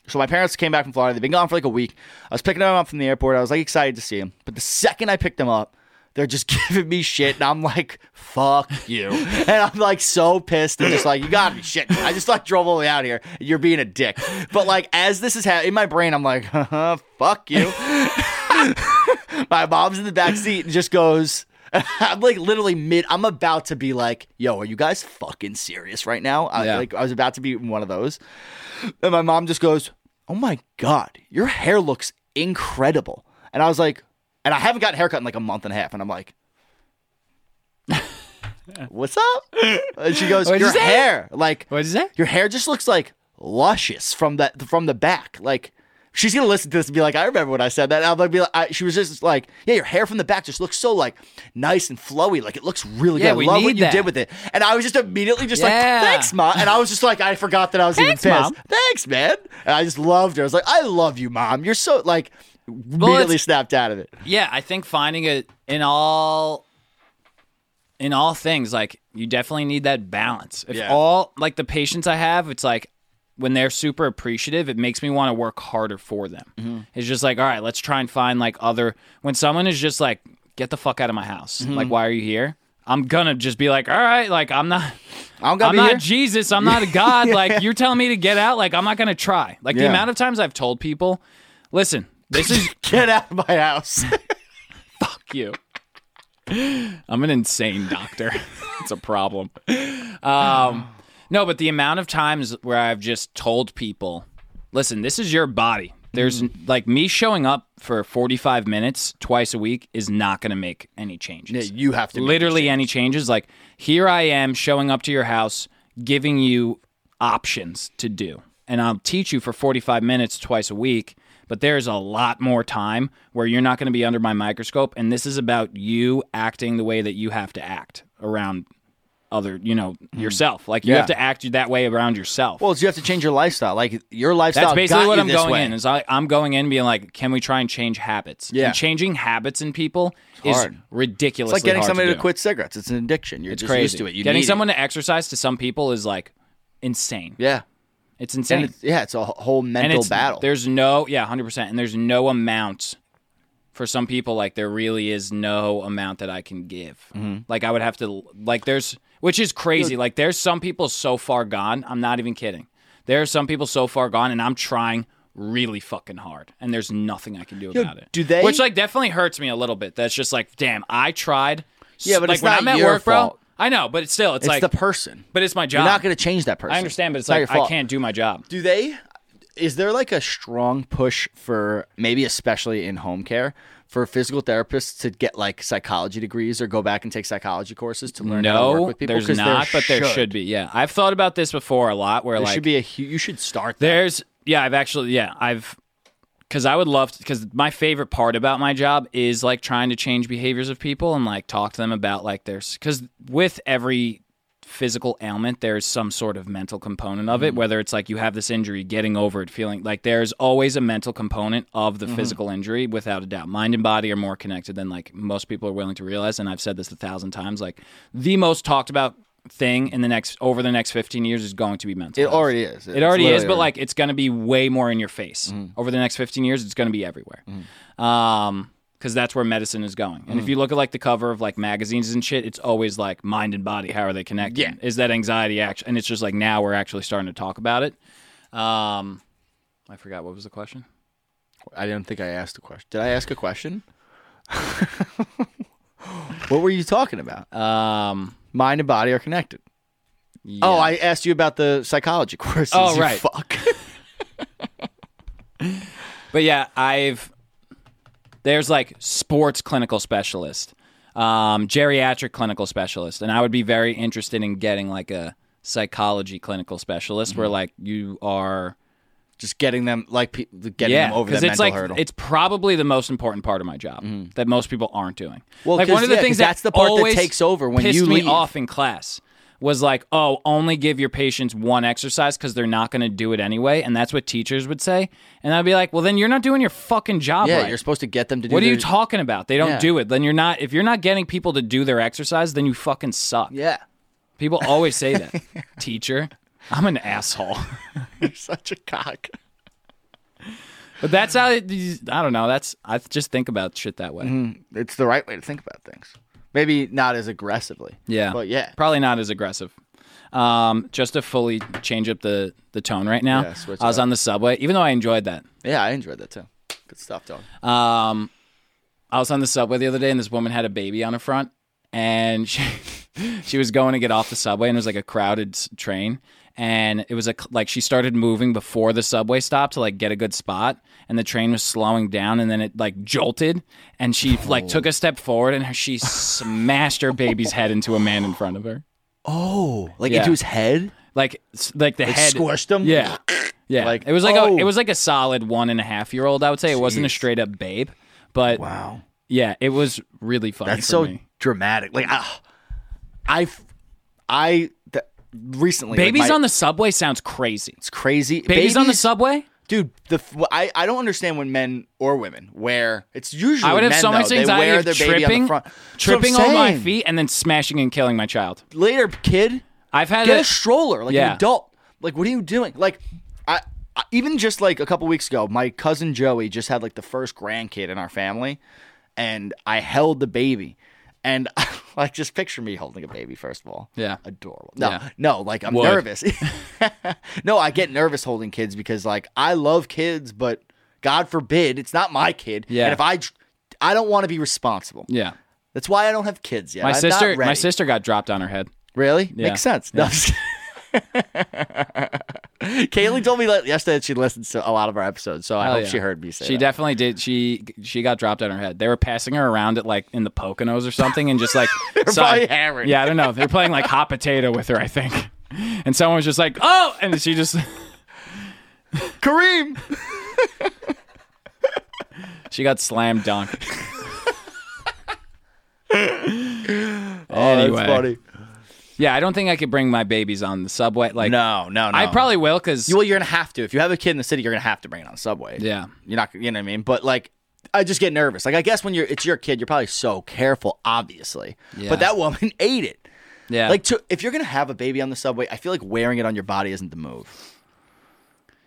A: So my parents came back from Florida. They've been gone for like a week. I was picking them up from the airport. I was like excited to see them. But the second I picked them up, they're just <laughs> giving me shit, and I'm like, "Fuck you!" <laughs> And I'm like so pissed, and just like, "You gotta be shit." I just like drove all the way out here. And you're being a dick. But like as this is happening in my brain, I'm like, "Huh, "Fuck you." <laughs> my mom's in the back seat and just goes. <laughs> I'm like literally mid. I'm about to be like, "Yo, are you guys fucking serious right now?" I,
B: Yeah.
A: Like I was about to be one of those. And my mom just goes, Oh my God, your hair looks incredible. And I was like, And I haven't gotten a haircut in like a month and a half. And I'm like, <laughs> What's up? And she goes,
B: What'd you
A: Your
B: say?
A: hair. Like,
B: What'd you say?
A: Your hair just looks like luscious from the, from the back. Like, She's gonna listen to this and be like, "I remember when I said that." And I'm gonna be like, I, "She was just like, yeah, your hair from the back just looks so like nice and flowy. Like it looks really
B: Yeah,
A: good. I
B: we
A: love
B: need
A: what
B: that.
A: you did with it." And I was just immediately just
B: Yeah.
A: like, "Thanks, ma." And I was just like, I forgot that I was
B: Thanks,
A: even
B: Mom.
A: pissed. Thanks, man. And I just loved her. I was like, I love you, mom. You're so like immediately
B: it's-
A: snapped out of it.
B: Yeah, I think finding it in all in all things, like you definitely need that balance. If
A: Yeah.
B: all like the patients I have, it's like when they're super appreciative, it makes me want to work harder for them.
A: Mm-hmm.
B: It's just like, all right, let's try and find like other when someone is just like, get the fuck out of my house.
A: Mm-hmm.
B: Like, why are you here? I'm gonna just be like, all right, like
A: <laughs>
B: I'm not
A: I'm
B: I'm
A: gonna
B: not
A: be here.
B: Jesus. I'm not
A: <laughs>
B: a God. Like you're telling me to get out. Like I'm not gonna try. Like the
A: Yeah.
B: amount of times I've told people, listen, this is
A: <laughs> Get out of my
B: <laughs>
A: house.
B: fuck you. I'm an insane doctor. <laughs> it's a problem. Um, no, but the amount of times where I've just told people, listen, this is your body. There's like me showing up for 45 minutes twice a week is not going to make any changes.
A: you have to make
B: literally any changes. Like here I am showing up to your house, giving you options to do, and I'll teach you for 45 minutes twice a week. But there's a lot more time where you're not going to be under my microscope, and this is about you acting the way that you have to act around other, you know, yourself. Like
A: Hmm.
B: you
A: Yeah.
B: have to act that way around yourself.
A: well, it's- you have to change your lifestyle. Like your lifestyle.
B: That's basically
A: got
B: what
A: you
B: I'm
A: this
B: going
A: way.
B: in. Is I, I'm going in being like, can we try and change habits?
A: Yeah.
B: And changing habits in people is
A: hard.
B: ridiculous.
A: It's like getting
B: hard
A: somebody
B: to,
A: to,
B: do.
A: quit cigarettes. It's an addiction. You're
B: It's
A: just
B: crazy.
A: used to it. You
B: Getting
A: need it.
B: someone to exercise to some people is like insane.
A: Yeah.
B: It's insane.
A: And it's, yeah, it's a wh- whole
B: And
A: mental
B: it's-
A: battle.
B: There's no yeah, hundred percent. And there's no amount for some people. Like there really is no amount that I can give.
A: Mm-hmm.
B: Like I would have to like there's which is crazy. Like there's some people so far gone. I'm not even kidding. There are some people so far gone, and I'm trying really fucking hard, and there's nothing I can do about it.
A: do they-
B: Which like definitely hurts me a little bit. That's just like, damn, I tried.
A: Yeah, but
B: like
A: it's
B: when
A: not
B: I'm at
A: your
B: work,
A: fault.
B: bro. I know, but it's still, it's,
A: It's
B: like,
A: the person.
B: but it's my job.
A: You're not going to change that person.
B: I understand, but it's
A: not
B: like
A: your
B: I
A: fault.
B: can't do my job.
A: Do they? Is there like a strong push for maybe especially in home care for physical therapists to get like psychology degrees or go back and take psychology courses to learn how to work
B: No,
A: with people?
B: there's
A: 'Cause there
B: not, but there should be. Yeah, I've thought about this before a lot. Where
A: There
B: like
A: should be a. hu- You should start there.
B: There's yeah, I've actually yeah, I've because I would love because my favorite part about my job is like trying to change behaviors of people and like talk to them about like there's because with every physical ailment there's some sort of mental component of
A: Mm-hmm.
B: it whether it's like you have this injury getting over it feeling like there's always a mental component of
A: Mm-hmm.
B: the physical injury without a doubt mind and body are more connected than like most people are willing to realize and i've said this a thousand times like the most talked about thing in the next over the next 15 years is going to be mental
A: It
B: health.
A: already Mm-hmm. is.
B: It already is, but like it's going to be way more in your face over the next 15 years. It's going to be everywhere,
A: Mm-hmm.
B: Um, 'cause because that's where medicine is going. And if you look at like the cover of like magazines and shit, it's always like mind and body. How are they connected?
A: Yeah.
B: is that anxiety action? And it's just like now we're actually starting to talk about it. Um, I forgot what was the question.
A: I didn't think I asked a question. Did I ask a question? <laughs> what were you talking about? Uh,
B: Um,
A: Mind and body are connected. Oh, I asked you about the psychology <laughs> courses.
B: Oh,
A: you
B: right.
A: Fuck. <laughs>
B: But yeah, I've there's like sports clinical specialist, um, geriatric clinical specialist, and I would be very interested in getting like a psychology clinical specialist
A: Mm-hmm.
B: where like you are
A: Just getting them like pe- getting
B: yeah
A: them over that
B: because it's
A: mental
B: like
A: hurdle. Mm-hmm.
B: it's probably the most important part of my job that most people aren't doing.
A: Well,
B: like
A: 'cause,
B: one of the
A: yeah,
B: things
A: 'cause that's the part that
B: always
A: takes over when
B: pissed
A: you
B: me
A: leave.
B: off in class was like, oh, only give your patients one exercise because they're not going to do it anyway, and that's what teachers would say, and I'd be like, well, then you're not doing your fucking job
A: yeah,
B: right.
A: you're supposed to get them to do.
B: What are you
A: their-
B: talking about? They don't
A: Yeah.
B: do it. Then you're not. If you're not getting people to do their exercise, then you fucking suck.
A: Yeah, <laughs>
B: People always say that. Teacher, I'm an asshole. <laughs>
A: you're such a cock.
B: But that's how. It, I don't know. That's I just think about shit that way.
A: It's the right way to think about things. Maybe not as aggressively.
B: Yeah.
A: but yeah.
B: Probably not as aggressive. Um, just to fully change up the the tone right now.
A: Yeah, switch
B: I was
A: it up.
B: on the subway, even though I enjoyed that.
A: Yeah, I enjoyed that too. Good stuff, Don.
B: Um, I was on the subway the other day, and this woman had a baby on her front, and <laughs> she she was going to get off the subway, and it was like a crowded s- train, and it was a, cl- like she started moving before the subway stop to like get a good spot, and the train was slowing down, and then it like jolted, and she
A: Oh.
B: like took a step forward, and she smashed her baby's head into a man in front of her,
A: Oh, like
B: Yeah.
A: into his head,
B: like s- like the
A: like
B: head
A: squished him.
B: yeah. Yeah,
A: Like,
B: it was like
A: oh.
B: a it was like a solid one and a half year old. I would say it wasn't a
A: Jeez.
B: straight up babe, but
A: Wow,
B: yeah, it was really funny.
A: that's
B: for
A: so
B: me.
A: dramatic. Like, ah, I, I th- recently like,
B: Babies
A: my-
B: on the subway sounds crazy.
A: It's crazy.
B: Babies, on the subway?
A: dude. The f- I I don't understand when men or women wear. It's usually
B: I would have
A: men,
B: so much
A: though. They
B: anxiety
A: wear
B: of
A: their
B: tripping,
A: baby on the front. That's what I'm
B: tripping on my
A: saying.
B: feet, and then smashing and killing my child.
A: later, kid.
B: I've had
A: get
B: a-
A: a stroller, like an
B: Yeah.
A: adult. Like, what are you doing? Like, I, I even just like a couple weeks ago, my cousin Joey just had like the first grandkid in our family, and I held the baby, and <laughs> like just picture me holding a baby first of all.
B: Yeah.
A: adorable. No,
B: Yeah.
A: no, like I'm
B: Would.
A: nervous. <laughs> no, I get nervous holding kids because like I love kids, but God forbid it's not my kid.
B: Yeah.
A: and if I, I don't want to be responsible.
B: Yeah,
A: That's why I don't have kids yet.
B: my
A: I'm not
B: sister, my
A: ready.
B: sister got dropped on her head.
A: Really?
B: Yeah.
A: Makes sense. No, I'm just kidding. <laughs> Kaylee told me like, yesterday that she listens to a lot of our episodes, so I
B: Hell
A: hope
B: yeah.
A: she heard me say
B: She
A: that.
B: definitely did. She she got dropped on her head. They were passing her around at like in the Poconos or something, and
A: <laughs>
B: just like
A: probably hammered.
B: Yeah, I don't know. They're playing
A: <laughs>
B: like hot potato with her, I think. And someone was just like, "Oh!" and she just <laughs>
A: Kareem!
B: she got slam dunk.
A: Oh,
B: anyway,
A: that's funny.
B: yeah, I don't think I could bring my babies on the subway. Like,
A: No, no, no.
B: I probably will because
A: Well, you're going to have to. If you have a kid in the city, you're going to have to bring it on the subway.
B: Yeah.
A: You're not, you know what I mean? But like, I just get nervous. Like, I guess when you're, it's your kid, you're probably so careful, obviously.
B: Yeah.
A: But that woman <laughs> ate it.
B: yeah,
A: Like, to, if you're going to have a baby on the subway, I feel like wearing it on your body isn't the move.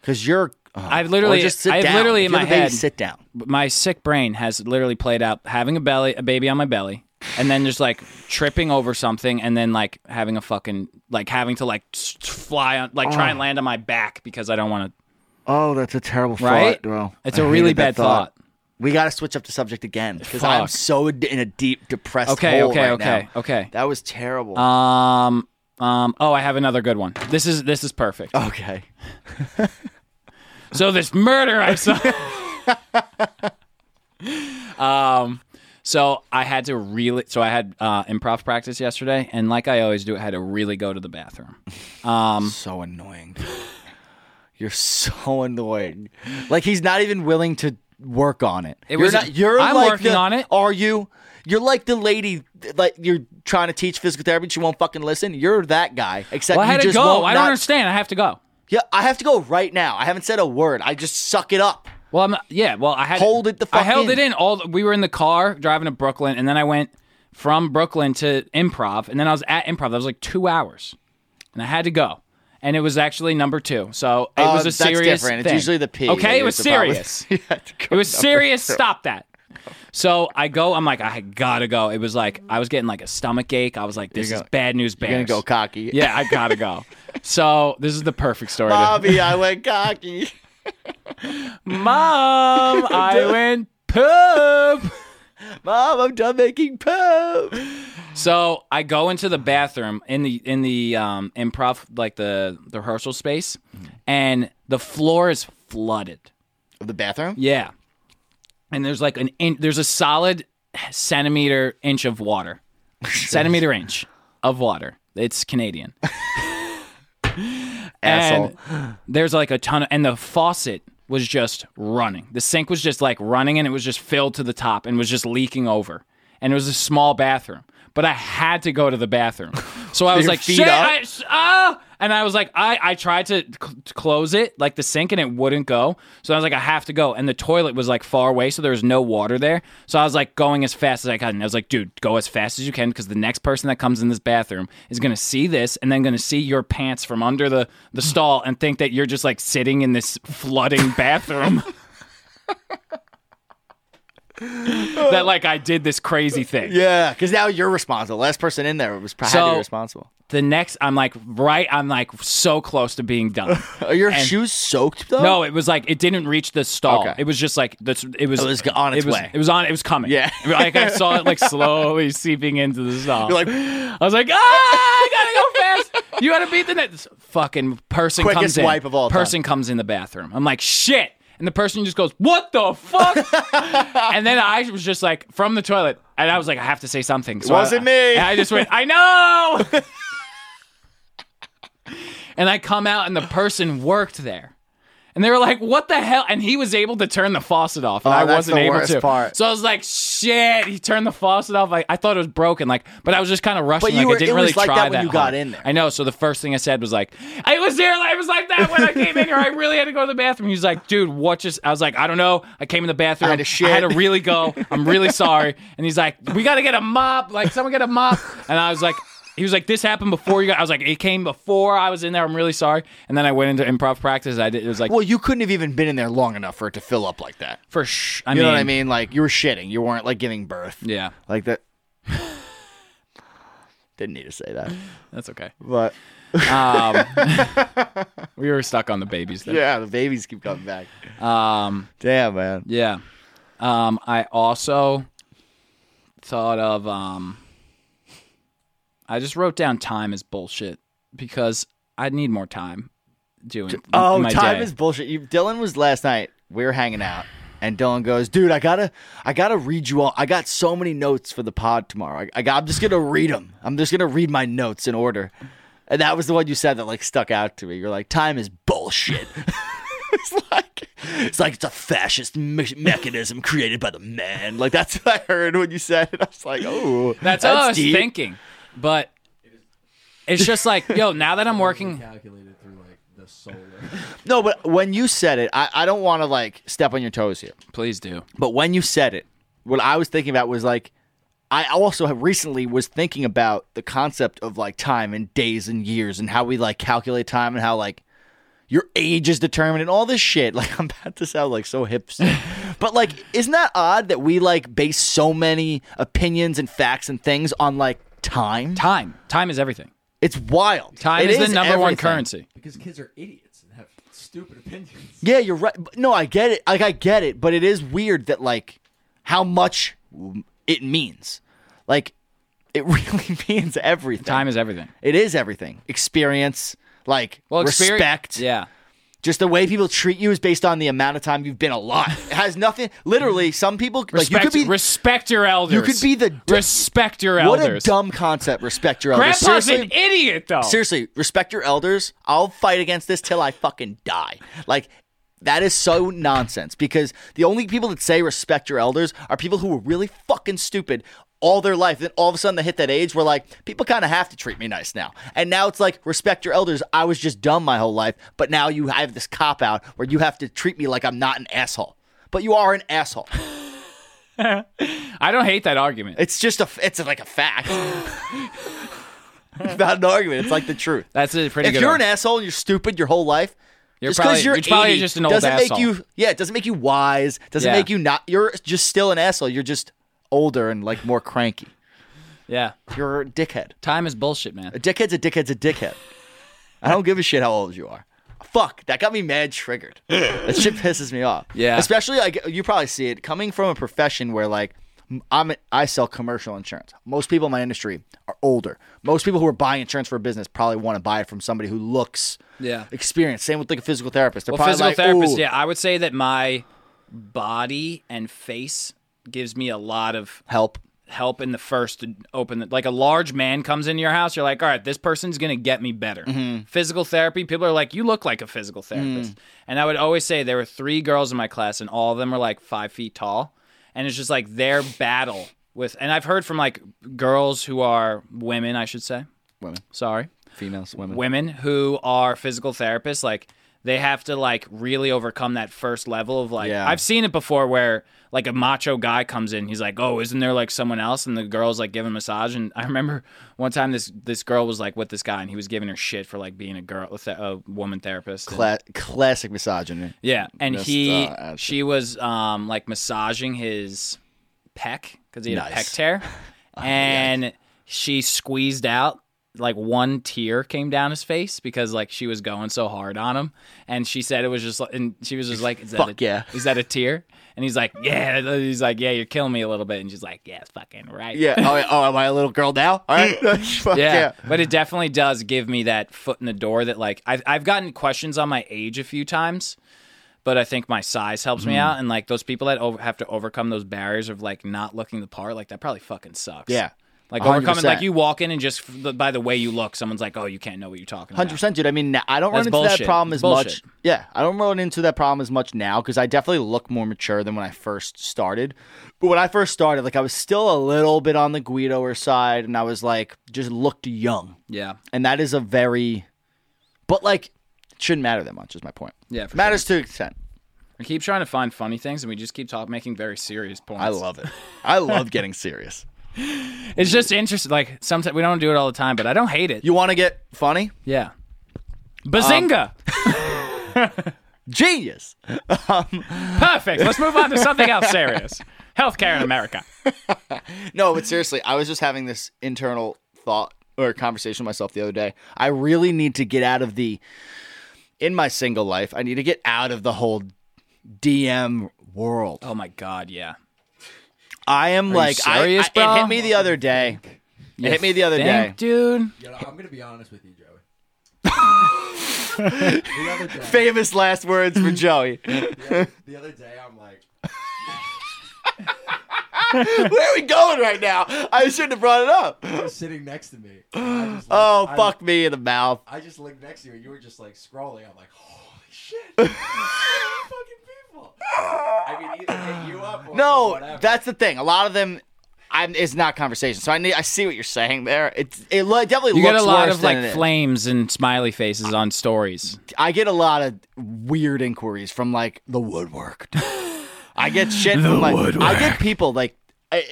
A: Because you're, oh,
B: I've literally-
A: or just sit
B: I've
A: down.
B: literally
A: If
B: in
A: you have
B: my
A: a baby,
B: head-
A: sit down.
B: my sick brain has literally played out having a belly, a baby on my belly, and then just like tripping over something, and then like having a fucking like having to like s- fly on, like try and land on my back because I don't want
A: Oh, that's a terrible
B: to. Right?
A: thought, bro.
B: It's a really bad thought.
A: We got to switch up the subject again because I'm
B: Fuck.
A: so d- in a deep, depressed
B: Okay,
A: hole
B: okay,
A: right
B: okay,
A: now.
B: okay.
A: That was terrible.
B: Um, um. Oh, I have another good one. This is this is perfect.
A: okay.
B: So this murder
A: <laughs>
B: I saw. um, so I had to really. So I had uh, improv practice yesterday, and like I always do, I had to really go to the bathroom.
A: so annoying. dude. You're so annoying. Like he's not even willing to work on it. you're
B: was-
A: not, you're
B: I'm
A: like
B: working
A: the-
B: on it.
A: Are you? You're like the lady th- like you're trying to teach physical therapy. She won't fucking listen. You're that guy. Except
B: Well, I
A: you
B: had to
A: just
B: go.
A: won't
B: I don't
A: not-
B: understand. I have to go.
A: Yeah, I have to go right now. I haven't said a word. I just suck it up.
B: Well, I'm not, yeah. Well, I had
A: Hold it the fuck
B: I held
A: in.
B: it in. All the- we were in the car driving to Brooklyn, and then I went from Brooklyn to improv, and then I was at improv. That was like two hours, and I had to go. And it was actually number two, so it
A: Uh,
B: was a
A: that's
B: serious.
A: different. It's
B: thing.
A: usually the P that
B: Okay, it was
A: is the problem. <laughs>
B: serious.
A: You had to
B: It
A: go
B: was
A: number
B: serious.
A: two.
B: Stop that. So I go. I'm like, I gotta go. It was like I was getting like a stomach ache. I was like, this
A: You're
B: is
A: gonna-
B: bad news. Bears.
A: You're gonna go cocky.
B: Yeah, I
A: <laughs>
B: gotta go. so this is the perfect story. to-
A: Bobby, I went cocky. <laughs>
B: Mom, I went poop.
A: Mom, I'm done making poop.
B: So I go into the bathroom in the in the um, improv like the, the rehearsal space,
A: Mm-hmm.
B: and the floor is flooded.
A: Of the bathroom.
B: Yeah, and there's like an in, there's a solid centimeter inch
A: <laughs>
B: of water, centimeter inch of water.
A: <laughs>
B: It's Canadian.
A: Asshole.
B: And there's like a ton of, and the faucet was just running. The sink was just like running and it was just filled to the top and was just leaking over. And it was a small bathroom, but I had to go to
A: <laughs>
B: the bathroom. So I was
A: your
B: like,
A: feet
B: shit,
A: up?
B: I, s- ah! And I was like, I, I tried to, cl- to close it, like the sink, and it wouldn't go. So I was like, I have to go. And the toilet was like far away, so there was no water there. So I was like going as fast as I could. And I was like, dude, go as fast as you can because the next person that comes in this bathroom is going to see this and then going to see your pants from under the, the stall and think that you're just like sitting in this flooding bathroom. that like I did this crazy thing.
A: Yeah, because now you're responsible. Last person in there was probably had to be
B: So-
A: responsible.
B: The next, I'm like right, I'm like so close to being done.
A: Are your
B: And-
A: shoes soaked though?
B: No, it was like it didn't reach the stall.
A: Okay.
B: It was just like this. It was
A: It was on its
B: it was,
A: way.
B: It was on. It was coming.
A: Yeah.
B: <laughs> like I saw
A: <laughs>
B: it like slowly seeping into the stall.
A: You're like-
B: I was like, ah, I gotta go fast. You gotta beat the net. This fucking person
A: Quickest
B: comes in.
A: wipe of all time.
B: person comes in the bathroom. I'm like, shit. And the person just goes, what the
A: <laughs>
B: fuck? and then I was just like from the toilet, and I was like, I have to say something. So
A: wasn't
B: I,
A: me.
B: and I just went, I know. <laughs> and I come out, and the person worked there. And they were like, "What the hell?" And he was able to turn the faucet off, and
A: Oh,
B: I
A: that's
B: wasn't
A: the
B: able
A: worst
B: to.
A: part.
B: So I was like, "Shit!" He turned the faucet off. Like I thought it was broken. Like, but I was just kind of rushing.
A: But you
B: like
A: were-
B: I didn't
A: it was
B: really
A: like
B: try
A: that when you got
B: hard.
A: in there.
B: I know. So the first thing I said was like, "I was there. I was like that when I came in here. I really had to go to the bathroom." He was like, "Dude, what just?" I was like, "I don't know. I came in the bathroom.
A: I had to shit."
B: really go. I'm
A: <laughs>
B: really sorry." And he's like, "We got to get a mop. Like, someone get a mop." And I was like. He was like, "This happened before you got." I was like, "It came before I was in there. I'm really sorry." And then I went into improv practice. I did. It was like
A: Well, you couldn't have even been in there long enough for it to fill up like that.
B: for sh- I
A: You
B: mean,
A: know what I mean? Like you were shitting. You weren't like giving birth.
B: Yeah,
A: Like that. <laughs> Didn't need to say that, <laughs>
B: that's okay.
A: but <laughs>
B: Um, we were stuck on the babies there.
A: yeah, the babies keep coming back.
B: Um,
A: Damn, man.
B: yeah. Um, I also thought of. Um, I just wrote down time is bullshit because I need more time doing.
A: Oh,
B: my
A: time
B: day.
A: is bullshit. You, Dylan was last night. We were hanging out, and Dylan goes, "Dude, I gotta, I gotta read you all. I got so many notes for the pod tomorrow. I, I got, I'm just gonna read them. I'm just gonna read my notes in order." And that was the one you said that like stuck out to me. You're like, "Time is bullshit." <laughs> it's like, it's like it's a fascist me- mechanism created by the man. Like that's what I heard when you said it. I was like, "Oh,
B: That's, what I was
A: deep.
B: thinking, but it's just like, yo. Now that I'm
A: Mm.
B: working,
C: Calculated through like the solar. <laughs>
A: No, but when you said it, I, I don't want to like step on your toes here.
B: please do.
A: But when you said it, what I was thinking about was like, I also have recently was thinking about the concept of like time and days and years and how we like calculate time and how like your age is determined and all this shit. <laughs> Like I'm about to sound like so
B: <laughs>
A: hipster, but like, isn't that odd that we like base so many opinions and facts and things on like time?
B: Time, time is everything.
A: It's wild.
B: Time
A: It
B: is the number one
A: everything.
B: currency.
C: Because kids are idiots and have stupid opinions.
A: Yeah, you're right. But- No, I get it. Like I get it, but it is weird that like how much it means. Like it <laughs> really means everything.
B: Time is everything.
A: It is everything. Experience, like
B: experi-
A: respect.
B: Yeah.
A: Just the way people treat you is based on the amount of time you've been alive. It has nothing. Literally, some people like you
B: Respect,
A: could be.
B: respect your elders.
A: could be the d-
B: respect your
A: what
B: elders.
A: a dumb concept. Respect your elders.
B: Grandpa's
A: Seriously,
B: an idiot though.
A: seriously, respect your elders. I'll fight against this till I fucking die. Like that is so nonsense because the only people that say respect your elders are people who were really fucking stupid all their life. Then all of a sudden they hit that age where like people kind of have to treat me nice now. And now it's like respect your elders. I was just dumb my whole life, but now you have this cop out where you have to treat me like I'm not an asshole. But you are an asshole.
B: I don't hate that argument.
A: It's just a. It's like a fact. <laughs> it's not an argument. It's like the truth.
B: That's a pretty
A: if
B: good
A: you're
B: one.
A: an asshole and you're stupid your whole life,
B: You're
A: just 'cause
B: probably-
A: you're,
B: you're probably
A: 80
B: just an old
A: doesn't
B: asshole.
A: make you yeah, it doesn't make you wise, doesn't
B: Yeah.
A: make you not you're just still an asshole. You're just older and like more cranky.
B: yeah.
A: You're a dickhead.
B: Time is bullshit, man.
A: A dickhead's a dickhead's a dickhead. I don't give a shit how old you are. Fuck, that got me mad triggered. that shit pisses me off.
B: Yeah.
A: Especially like you probably see it coming from a profession where like m- I'm a, I sell commercial insurance. Most people in my industry are older. Most people who are buying insurance for a business probably want to buy it from somebody who looks
B: Yeah.
A: experienced. Same with like a physical therapist. They're
B: Well,
A: probably
B: physical
A: like,
B: therapist.
A: "Ooh,
B: Yeah, I would say that my body and face gives me a lot of
A: help.
B: help in the first to open the, like a large man comes into your house you're like all right this person's gonna get me better physical therapy people are like you look like a physical therapist and i would always say there were three girls in my class and all of them were like five feet tall and it's just like their battle with and i've heard from like girls who are women i should say
A: Women,
B: sorry
A: females, women.
B: women who are physical therapists like they have to like really overcome that first level of like
A: Yeah.
B: I've seen it before where like a macho guy comes in he's like oh isn't there like someone else and the girl's like giving massage and I <laughs> remember one time this this girl was like with this guy and he was giving her shit for like being a girl with a, a woman therapist And-
A: Cla- classic
B: <laughs>
A: misogyny.
B: yeah and
A: Missed,
B: he
A: uh, ad-
B: she was um like massaging his pec because he had a
A: Nice.
B: pec
A: <laughs>
B: tear and she squeezed out like one tear came down his face because like she was going so hard on him and she said it was just like and she was just like is that
A: Fuck
B: a,
A: yeah.
B: is that a tear and he's like yeah he's like yeah you're killing me a little bit and she's like yeah it's fucking right
A: Yeah. Oh, yeah. oh, am I a little girl now? All
B: <laughs>
A: right. <laughs> Fuck
B: yeah,
A: yeah.
B: but it definitely does give me that foot in the door that like I've, I've gotten questions on my age a few times but i think my size helps
A: Mm-hmm.
B: me out and like those people that over, have to overcome those barriers of like not looking the part like that probably fucking sucks
A: Yeah.
B: like
A: 100%.
B: overcoming like you walk in and just f- the- by the way you look someone's like oh you can't know what you're talking
A: Hundred
B: about
A: percent, dude. I mean, I don't run
B: That's
A: into
B: bullshit.
A: that problem
B: It's
A: as
B: bullshit.
A: much. Yeah, I don't run into that problem as much now because I definitely look more mature than when I first started. But when I first started, like I was still a little bit on the Guidoer side, and I was like, just looked young,
B: yeah
A: and that is a very, but like, it shouldn't matter that much. Is my point.
B: Yeah, for
A: matters to an extent.
B: we keep trying to find funny things and we just keep talking making very serious points
A: I love
B: <laughs>
A: it. I love getting serious.
B: it's just interesting like sometimes we don't do it all the time but i don't hate it
A: You want to get funny?
B: yeah
A: Um,
B: bazinga
A: Genius.
B: Perfect. Let's move on to something else serious. Healthcare in America.
A: No, but seriously, I was just having this internal thought or conversation with myself the other day. I really need to get out of the in my single life. I need to get out of the whole DM world.
B: Oh my god, yeah.
A: I am like I-
B: serious,
A: I,
B: bro?
A: it hit me the other day. It hit me the other day.
B: Thank- dude.
C: You know, I'm gonna be honest with you, Joey. the other day,
A: <laughs> Famous last words
B: <laughs>
A: for Joey. <laughs>
C: the other day, I'm like,
A: Where are we going right now? I shouldn't have brought it up.
C: you were sitting next to me. and I just, like,
A: Oh,
C: I-
A: fuck me in the mouth. <laughs>
C: I just looked next to you, and you were just like scrolling. I'm like, holy shit!
A: <laughs>
C: fucking people. I mean, either hit you up. Or, or
A: No,
C: whatever.
A: that's the thing. A lot of them, I'm, it's not conversation. So I need, I see what you're saying there. It's, it lo- definitely
B: You
A: looks
B: get a lot
A: worse
B: of
A: than
B: like
A: it is.
B: flames and smiley faces on stories.
A: I get a lot of weird inquiries from like the
B: <laughs>
A: woodwork. I get shit from like I get people like I,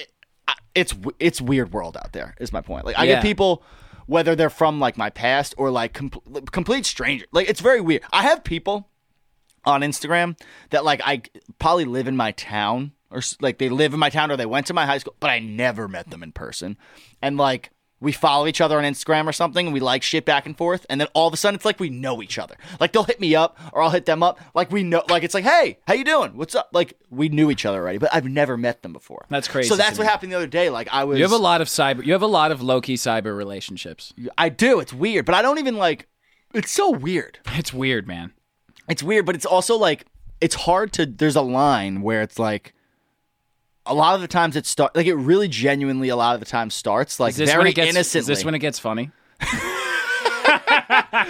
A: I, it's it's weird world out there is my point. Like I
B: Yeah.
A: get people whether they're from like my past or like com- complete stranger. Like it's very weird. I have people on Instagram that like I probably live in my town or s- like they live in my town or they went to my high school, but I never met them in person. And like we follow each other on Instagram or something and we like shit back and forth and then all of a sudden it's like we know each other. Like they'll hit me up or I'll hit them up. Like we know like it's like, "Hey, how you doing? What's up?" Like we knew each other already, but I've never met them before.
B: That's crazy
A: So
B: to
A: that's what
B: me.
A: happened the other day. Like I was
B: You have a lot of cyber. You have a lot of low key cyber relationships.
A: I do. It's weird, but I don't even like it's so weird.
B: It's weird, man.
A: it's weird, but it's also like it's hard to. There's a line where it's like a lot of the times it start like it really genuinely a lot of the time starts like
B: Is this when
A: very
B: it gets,
A: innocently.
B: Is
A: <laughs>
B: this when it gets funny?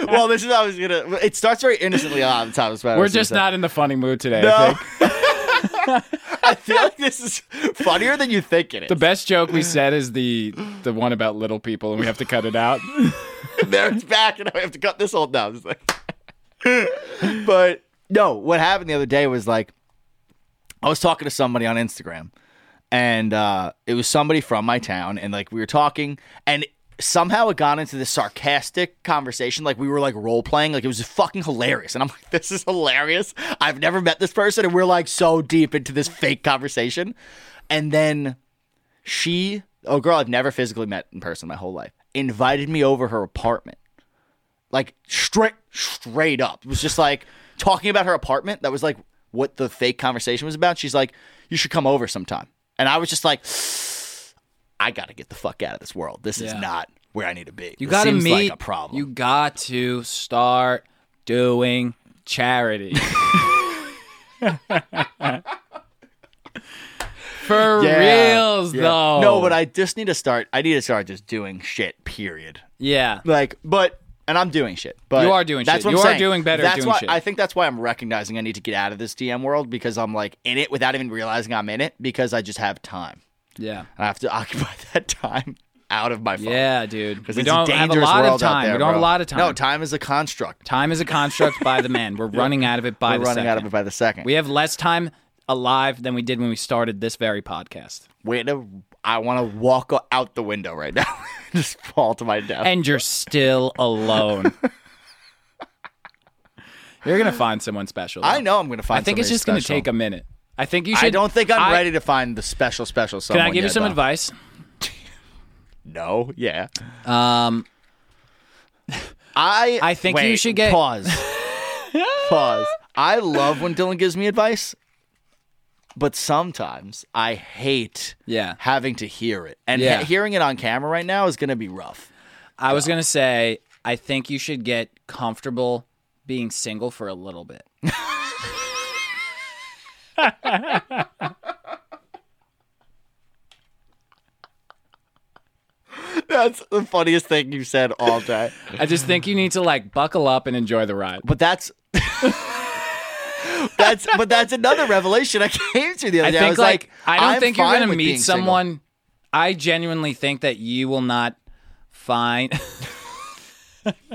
A: well, this is how I was gonna. It starts very innocently a lot of the times.
B: We're just not in the funny mood today. I
A: No.
B: think.
A: <laughs> I feel like this is funnier than you think it is.
B: The best joke we said is the the one about little people, and we have to cut it out.
A: <laughs> there it's back, and I have to cut this all down. It's like, <laughs> but no, what happened the other day was like, I was talking to somebody on Instagram, and uh, it was somebody from my town, and like we were talking, and somehow it got into this sarcastic conversation, like we were like role playing, like it was fucking hilarious, and I'm like, this is hilarious. I've never met this person, and we're like so deep into this fake conversation, and then she, a girl I've never physically met in person my whole life, invited me over her apartment. Like straight straight up. It was just like talking about her apartment. That was like what the fake conversation was about. She's like, You should come over sometime. And I was just like, I gotta get the fuck out of this world. This is
B: Yeah.
A: not where I need to be.
B: You
A: This
B: got to
A: seems
B: meet.
A: like a problem.
B: You got to start doing
A: <laughs>
B: charity. For
A: Yeah,
B: reals,
A: yeah.
B: though.
A: No, but I just need to start I need to start just doing shit, period.
B: Yeah.
A: Like, but and I'm doing shit. But
B: You are doing
A: that's
B: shit.
A: What I'm
B: You are
A: saying.
B: doing better at
A: That's
B: doing
A: why
B: shit.
A: I think that's why I'm recognizing I need to get out of this DM world because I'm like in it without even realizing I'm in it because I just have time.
B: Yeah.
A: I have to <laughs> occupy that time out of my phone.
B: Yeah, dude.
A: because
B: We
A: it's
B: don't
A: a
B: have a
A: dangerous
B: lot of
A: world out
B: time.
A: there,
B: we don't have a
A: bro.
B: lot of time.
A: No, time is a construct.
B: Time is a construct by the
A: <laughs>
B: man. We're running out of it by
A: We're
B: the
A: running
B: second.
A: out of it by the second.
B: we have less time alive than we did when we started this very podcast.
A: Wait, a- I want to walk out the window right now, <laughs> just fall to my death.
B: And you're still alone.
A: <laughs>
B: you're going to find someone special. though.
A: I know I'm gonna find.
B: I think it's just
A: going to
B: to take a minute. I think you should.
A: I don't think I'm
B: I-
A: ready to find the special, special.
B: Can
A: Someone
B: I give you
A: yet,
B: some
A: though.
B: advice?
A: No, yeah.
B: Um,
A: I
B: I think you
A: wait,
B: should get- <laughs>
A: pause. pause. I love when Dylan gives me advice, but sometimes I hate
B: Yeah.
A: having to hear it. And he-
B: Yeah.
A: hearing it on camera right now is going to be rough.
B: I was going to say, I think you should get comfortable being single for a little bit.
A: That's the funniest thing you've said all day.
B: I just think you need to like buckle up and enjoy the ride.
A: But that's <laughs> That's but that's another revelation I came to the other
B: I
A: day.
B: think
A: was
B: like,
A: like,
B: I don't
A: I'm
B: think you're
A: fine
B: gonna
A: with being
B: meet
A: single.
B: someone. I genuinely think that you will not find. <laughs>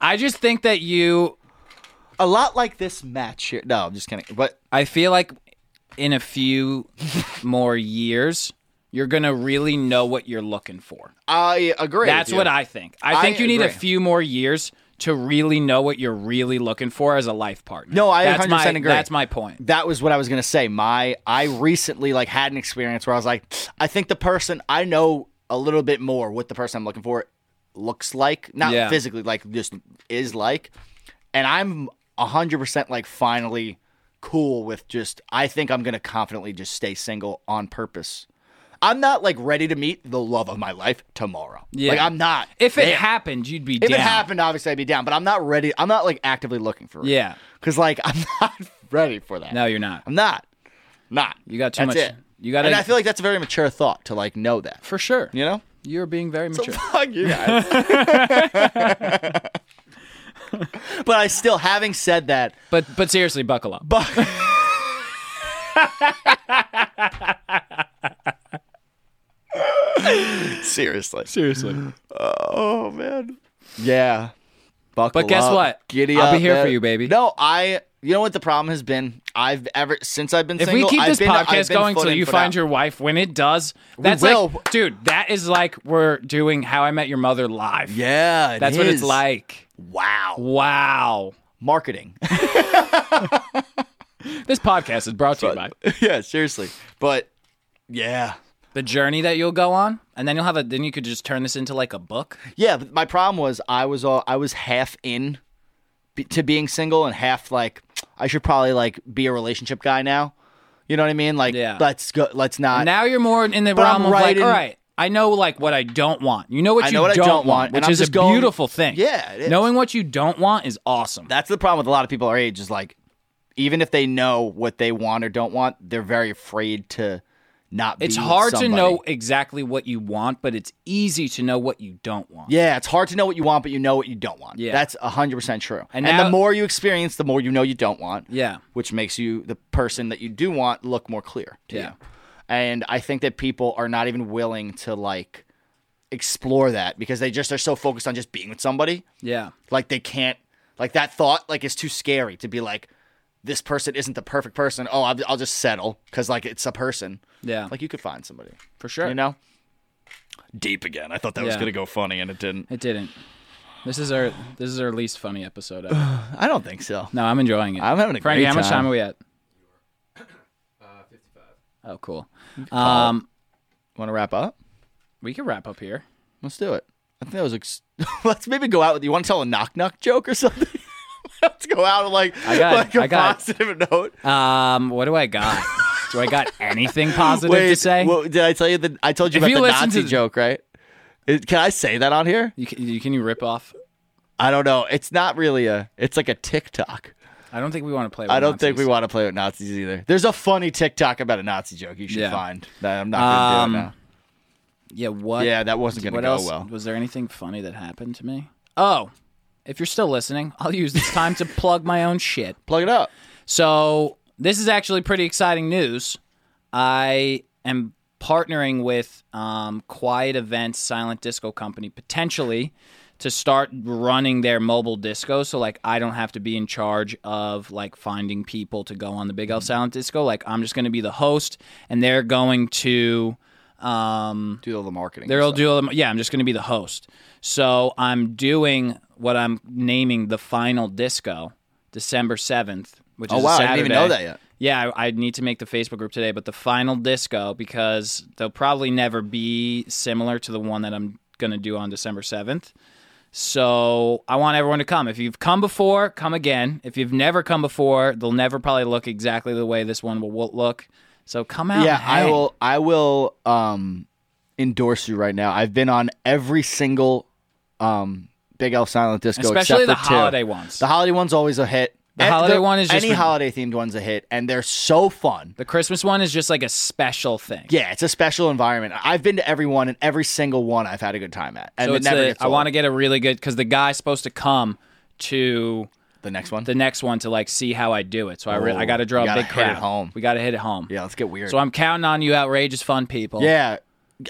B: I just think that you.
A: a lot like this match here. No, I'm just kidding. But
B: I feel like in a few more years, you're gonna really know what you're looking for.
A: I agree.
B: That's
A: with you.
B: what I think. I think
A: I
B: you need a
A: agree.
B: few more years to really know what you're really looking for as a life partner.
A: No, I
B: that's my,
A: 100% agree.
B: That's my point.
A: that was what I was gonna say. My I recently like had an experience where I was like, I think the person I know a little bit more what the person I'm looking for looks like, not
B: Yeah.
A: physically, like just is like, and I'm hundred percent like finally cool with just. I think I'm gonna confidently just stay single on purpose. I'm not like ready to meet the love of my life tomorrow.
B: Yeah.
A: Like I'm not.
B: If it
A: there.
B: happened, you'd be
A: if
B: down.
A: it happened, obviously I'd be down, but I'm not ready. I'm not like actively looking for it.
B: Yeah.
A: Because like I'm <laughs> not ready for that.
B: No, you're not.
A: I'm not. Not.
B: You got too
A: That's
B: much-
A: It.
B: you gotta-
A: And I feel like that's a very mature thought to like know that.
B: For sure.
A: You know.
B: You're being very
A: <laughs>
B: mature.
A: Fuck you
B: <laughs>
A: guys. but I still, having said that,
B: But but seriously, buckle up.
A: but seriously,
B: seriously.
A: oh man, yeah. Buckle
B: But guess
A: up,
B: what?
A: Giddy
B: I'll be
A: up,
B: here for
A: man.
B: you, baby.
A: No, I. You know what the problem has been? I've ever since I've been
B: If
A: single.
B: we keep
A: I've
B: this
A: been- I've
B: podcast
A: been
B: going
A: foot
B: till
A: in,
B: you
A: foot
B: find
A: out.
B: your wife, when it does, that's
A: will.
B: like, dude, that is like we're doing How I Met Your Mother live.
A: Yeah, it
B: that's what it's
A: is.
B: like.
A: Wow,
B: Wow.
A: marketing. <laughs>
B: This podcast is brought to you by.
A: yeah, seriously. But yeah,
B: the journey that you'll go on, and then you'll have a. Then you could just turn this into like a book.
A: Yeah, but my problem was I was all I was half in be, to being single and half like I should probably like be a relationship guy now. You know what I mean? Like
B: Yeah.
A: let's go let's not
B: Now you're more in the
A: But
B: realm
A: I'm
B: of like,
A: writing-
B: all right, I know like what I don't want. You know what
A: I
B: you
A: know what I
B: don't,
A: don't want,
B: want,
A: and
B: which
A: I'm
B: is a
A: just going-
B: beautiful thing.
A: Yeah, it is.
B: knowing what you don't want is awesome.
A: That's the problem with a lot of people our age is like even if they know what they want or don't want, they're very afraid to not be
B: it's
A: with
B: hard to
A: somebody.
B: know exactly what you want, but it's easy to know what you don't want.
A: Yeah, it's hard to know what you want, but you know what you don't want.
B: Yeah.
A: That's 100% true.
B: And
A: And,
B: now-
A: the more you experience, the more you know you don't want.
B: Yeah.
A: Which makes you, the person that you do want, look more clear to
B: Yeah.
A: you. And I think that people are not even willing to like explore that because they just are so focused on just being with somebody.
B: Yeah.
A: Like they can't, like that thought, like is too scary to be like, this person isn't the perfect person. Oh, I'll, I'll just settle because like it's a person.
B: Yeah.
A: Like you could find somebody.
B: For sure.
A: You know? Deep again. I thought that was
B: Yeah.
A: going to go funny and it didn't.
B: It didn't. This is our this is our least funny episode ever.
A: I don't think so.
B: No, I'm enjoying it.
A: I'm having a
B: Frankie,
A: great
B: how much
A: time.
B: time are we at?
C: Uh, 55.
B: Oh, cool. Um,
A: Want to wrap up?
B: we can wrap up here.
A: Let's do it. I think that was. Ex- <laughs> Let's maybe go out with you. Want to tell a knock knock joke or something? <laughs> Let's go out on like,
B: I got-
A: like a
B: I got-
A: positive note.
B: Um, what do I got? do I <laughs> got anything positive to say?
A: well, did I tell you that I told you
B: If
A: about
B: you
A: the
B: listen
A: Nazi
B: to-
A: joke, right? It, can I say that on here?
B: you, can, you can you rip off?
A: I don't know. It's not really a. It's like a TikTok.
B: I don't think we want to play. With
A: I don't think we
B: Nazis.
A: want to play with Nazis either. There's a funny TikTok about a Nazi joke you should
B: Yeah.
A: find that I'm not gonna
B: Um,
A: do it now.
B: Yeah. What?
A: Yeah, that wasn't gonna
B: what
A: go
B: else?
A: well.
B: Was there anything funny that happened to me? Oh, if you're still listening, I'll use this time <laughs> to plug my own shit.
A: Plug it up.
B: So this is actually pretty exciting news. I am partnering with um, Quiet Events Silent Disco Company potentially to start running their mobile disco. So like I don't have to be in charge of like finding people to go on the Big L Silent Disco. Like I'm just going to be the host, and they're going to. Um,
A: Do all the marketing.
B: They'll
A: stuff.
B: do all the- yeah. I'm just going to be the host. So I'm doing what I'm naming the final disco, December seventh, which
A: Oh,
B: is a
A: wow, I didn't even
B: Saturday.
A: know that yet.
B: Yeah, I, I need to make the Facebook group today, but the final disco because they'll probably never be similar to the one that I'm going to do on December seventh. So I want everyone to come. If you've come before, come again. If you've never come before, they'll never probably look exactly the way this one will wo- look. So come out.
A: Yeah,
B: and
A: I
B: hang.
A: will. I will um, endorse you right now. I've been on every single um, Big L Silent Disco,
B: Especially
A: except
B: the
A: for two.
B: holiday ones.
A: The holiday one's always a hit.
B: The
A: Eh,
B: holiday one is just
A: any
B: re-
A: holiday themed one's a hit, and they're so fun.
B: The Christmas one is just like a special thing.
A: Yeah, it's a special environment. I've been to every one, and every single one I've had a good time at. And
B: So
A: it
B: it's
A: never
B: the-
A: gets
B: I
A: old.
B: want to get a really good because the guy's supposed to come to
A: the next one.
B: the next one to like see how I do it. So I re- I
A: Ooh,
B: got to draw
A: Oh, you
B: a
A: gotta
B: big
A: hit it
B: crowd.
A: home.
B: We got to hit it home.
A: yeah, let's get weird.
B: So I'm counting on you, outrageous fun people.
A: yeah,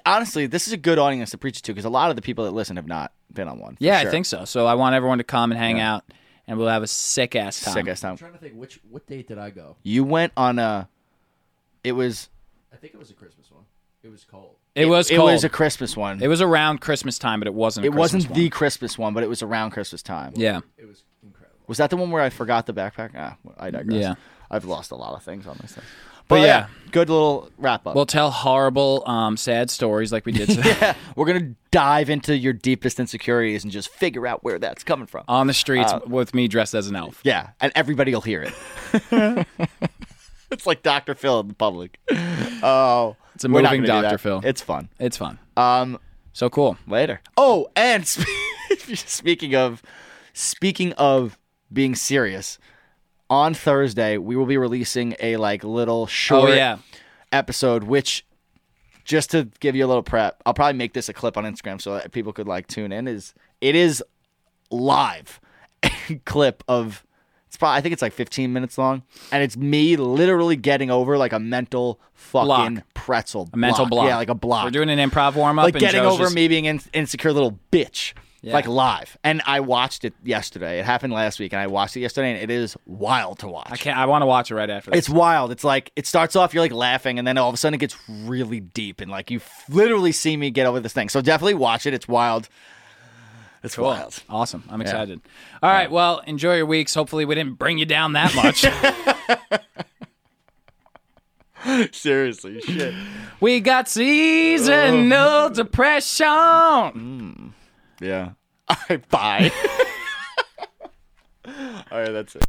A: honestly, this is a good audience to preach it to because a lot of the people that listen have not been on one. for
B: yeah,
A: sure.
B: I think so. So I want everyone to come and hang out, and we'll have a sick ass time.
A: Sick ass time.
C: I'm trying to think which what date did I go?
A: You went on a. It was
C: I think it was a Christmas one. It was cold.
B: It was
A: it
B: cold.
A: was a Christmas one.
B: It was around Christmas time, but it wasn't. A
A: It wasn't
B: Christmas
A: the
B: one.
A: Christmas one, but it was around Christmas time.
B: Yeah.
C: It was incredible.
A: Was that the one where I forgot the backpack? Ah, well, I digress.
B: Yeah.
A: I've lost a lot of things on this thing.
B: But
A: But
B: yeah.
A: yeah, good little wrap up.
B: We'll tell horrible, um, sad stories like
A: <laughs>
B: we did today.
A: yeah, <laughs> we're gonna dive into your deepest insecurities and just figure out where that's coming from.
B: on the streets
A: Uh,
B: with me dressed as an elf.
A: yeah, and everybody'll hear it.
B: <laughs>
A: <laughs> it's like Dr. Phil in the public. Oh,
B: It's a
A: we're not
B: moving
A: gonna do
B: Dr.
A: that.
B: Phil.
A: It's fun.
B: It's fun.
A: Um,
B: So cool.
A: later. Oh, and <laughs> sp- speaking of speaking of being serious, on Thursday we will be releasing a like little short
B: Oh yeah.
A: episode which just to give you a little prep, I'll probably make this a clip on Instagram so that people could like tune in is it is live <laughs> clip of it's probably I think it's like 15 minutes long and it's me literally getting over like a mental fucking
B: Block.
A: pretzel a
B: mental block.
A: Yeah, like a block
B: We're doing an improv warm up.
A: like getting over me being an insecure little bitch like live and i watched it yesterday it happened last week and i watched it yesterday and it is wild to watch
B: I can't. I want to watch it right after. This.
A: it's wild it's like it starts off you're like laughing and then all of a sudden it gets really deep and like you f- literally see me get over this thing so definitely watch it it's wild it's wild
B: Awesome. I'm excited. All right. Well,
A: <laughs>
B: enjoy your weeks. Hopefully, we didn't bring you down that much.
A: <laughs> Seriously, shit.
B: We got seasonal depression.
A: <laughs> Yeah. <laughs> All right, bye. All right, that's it.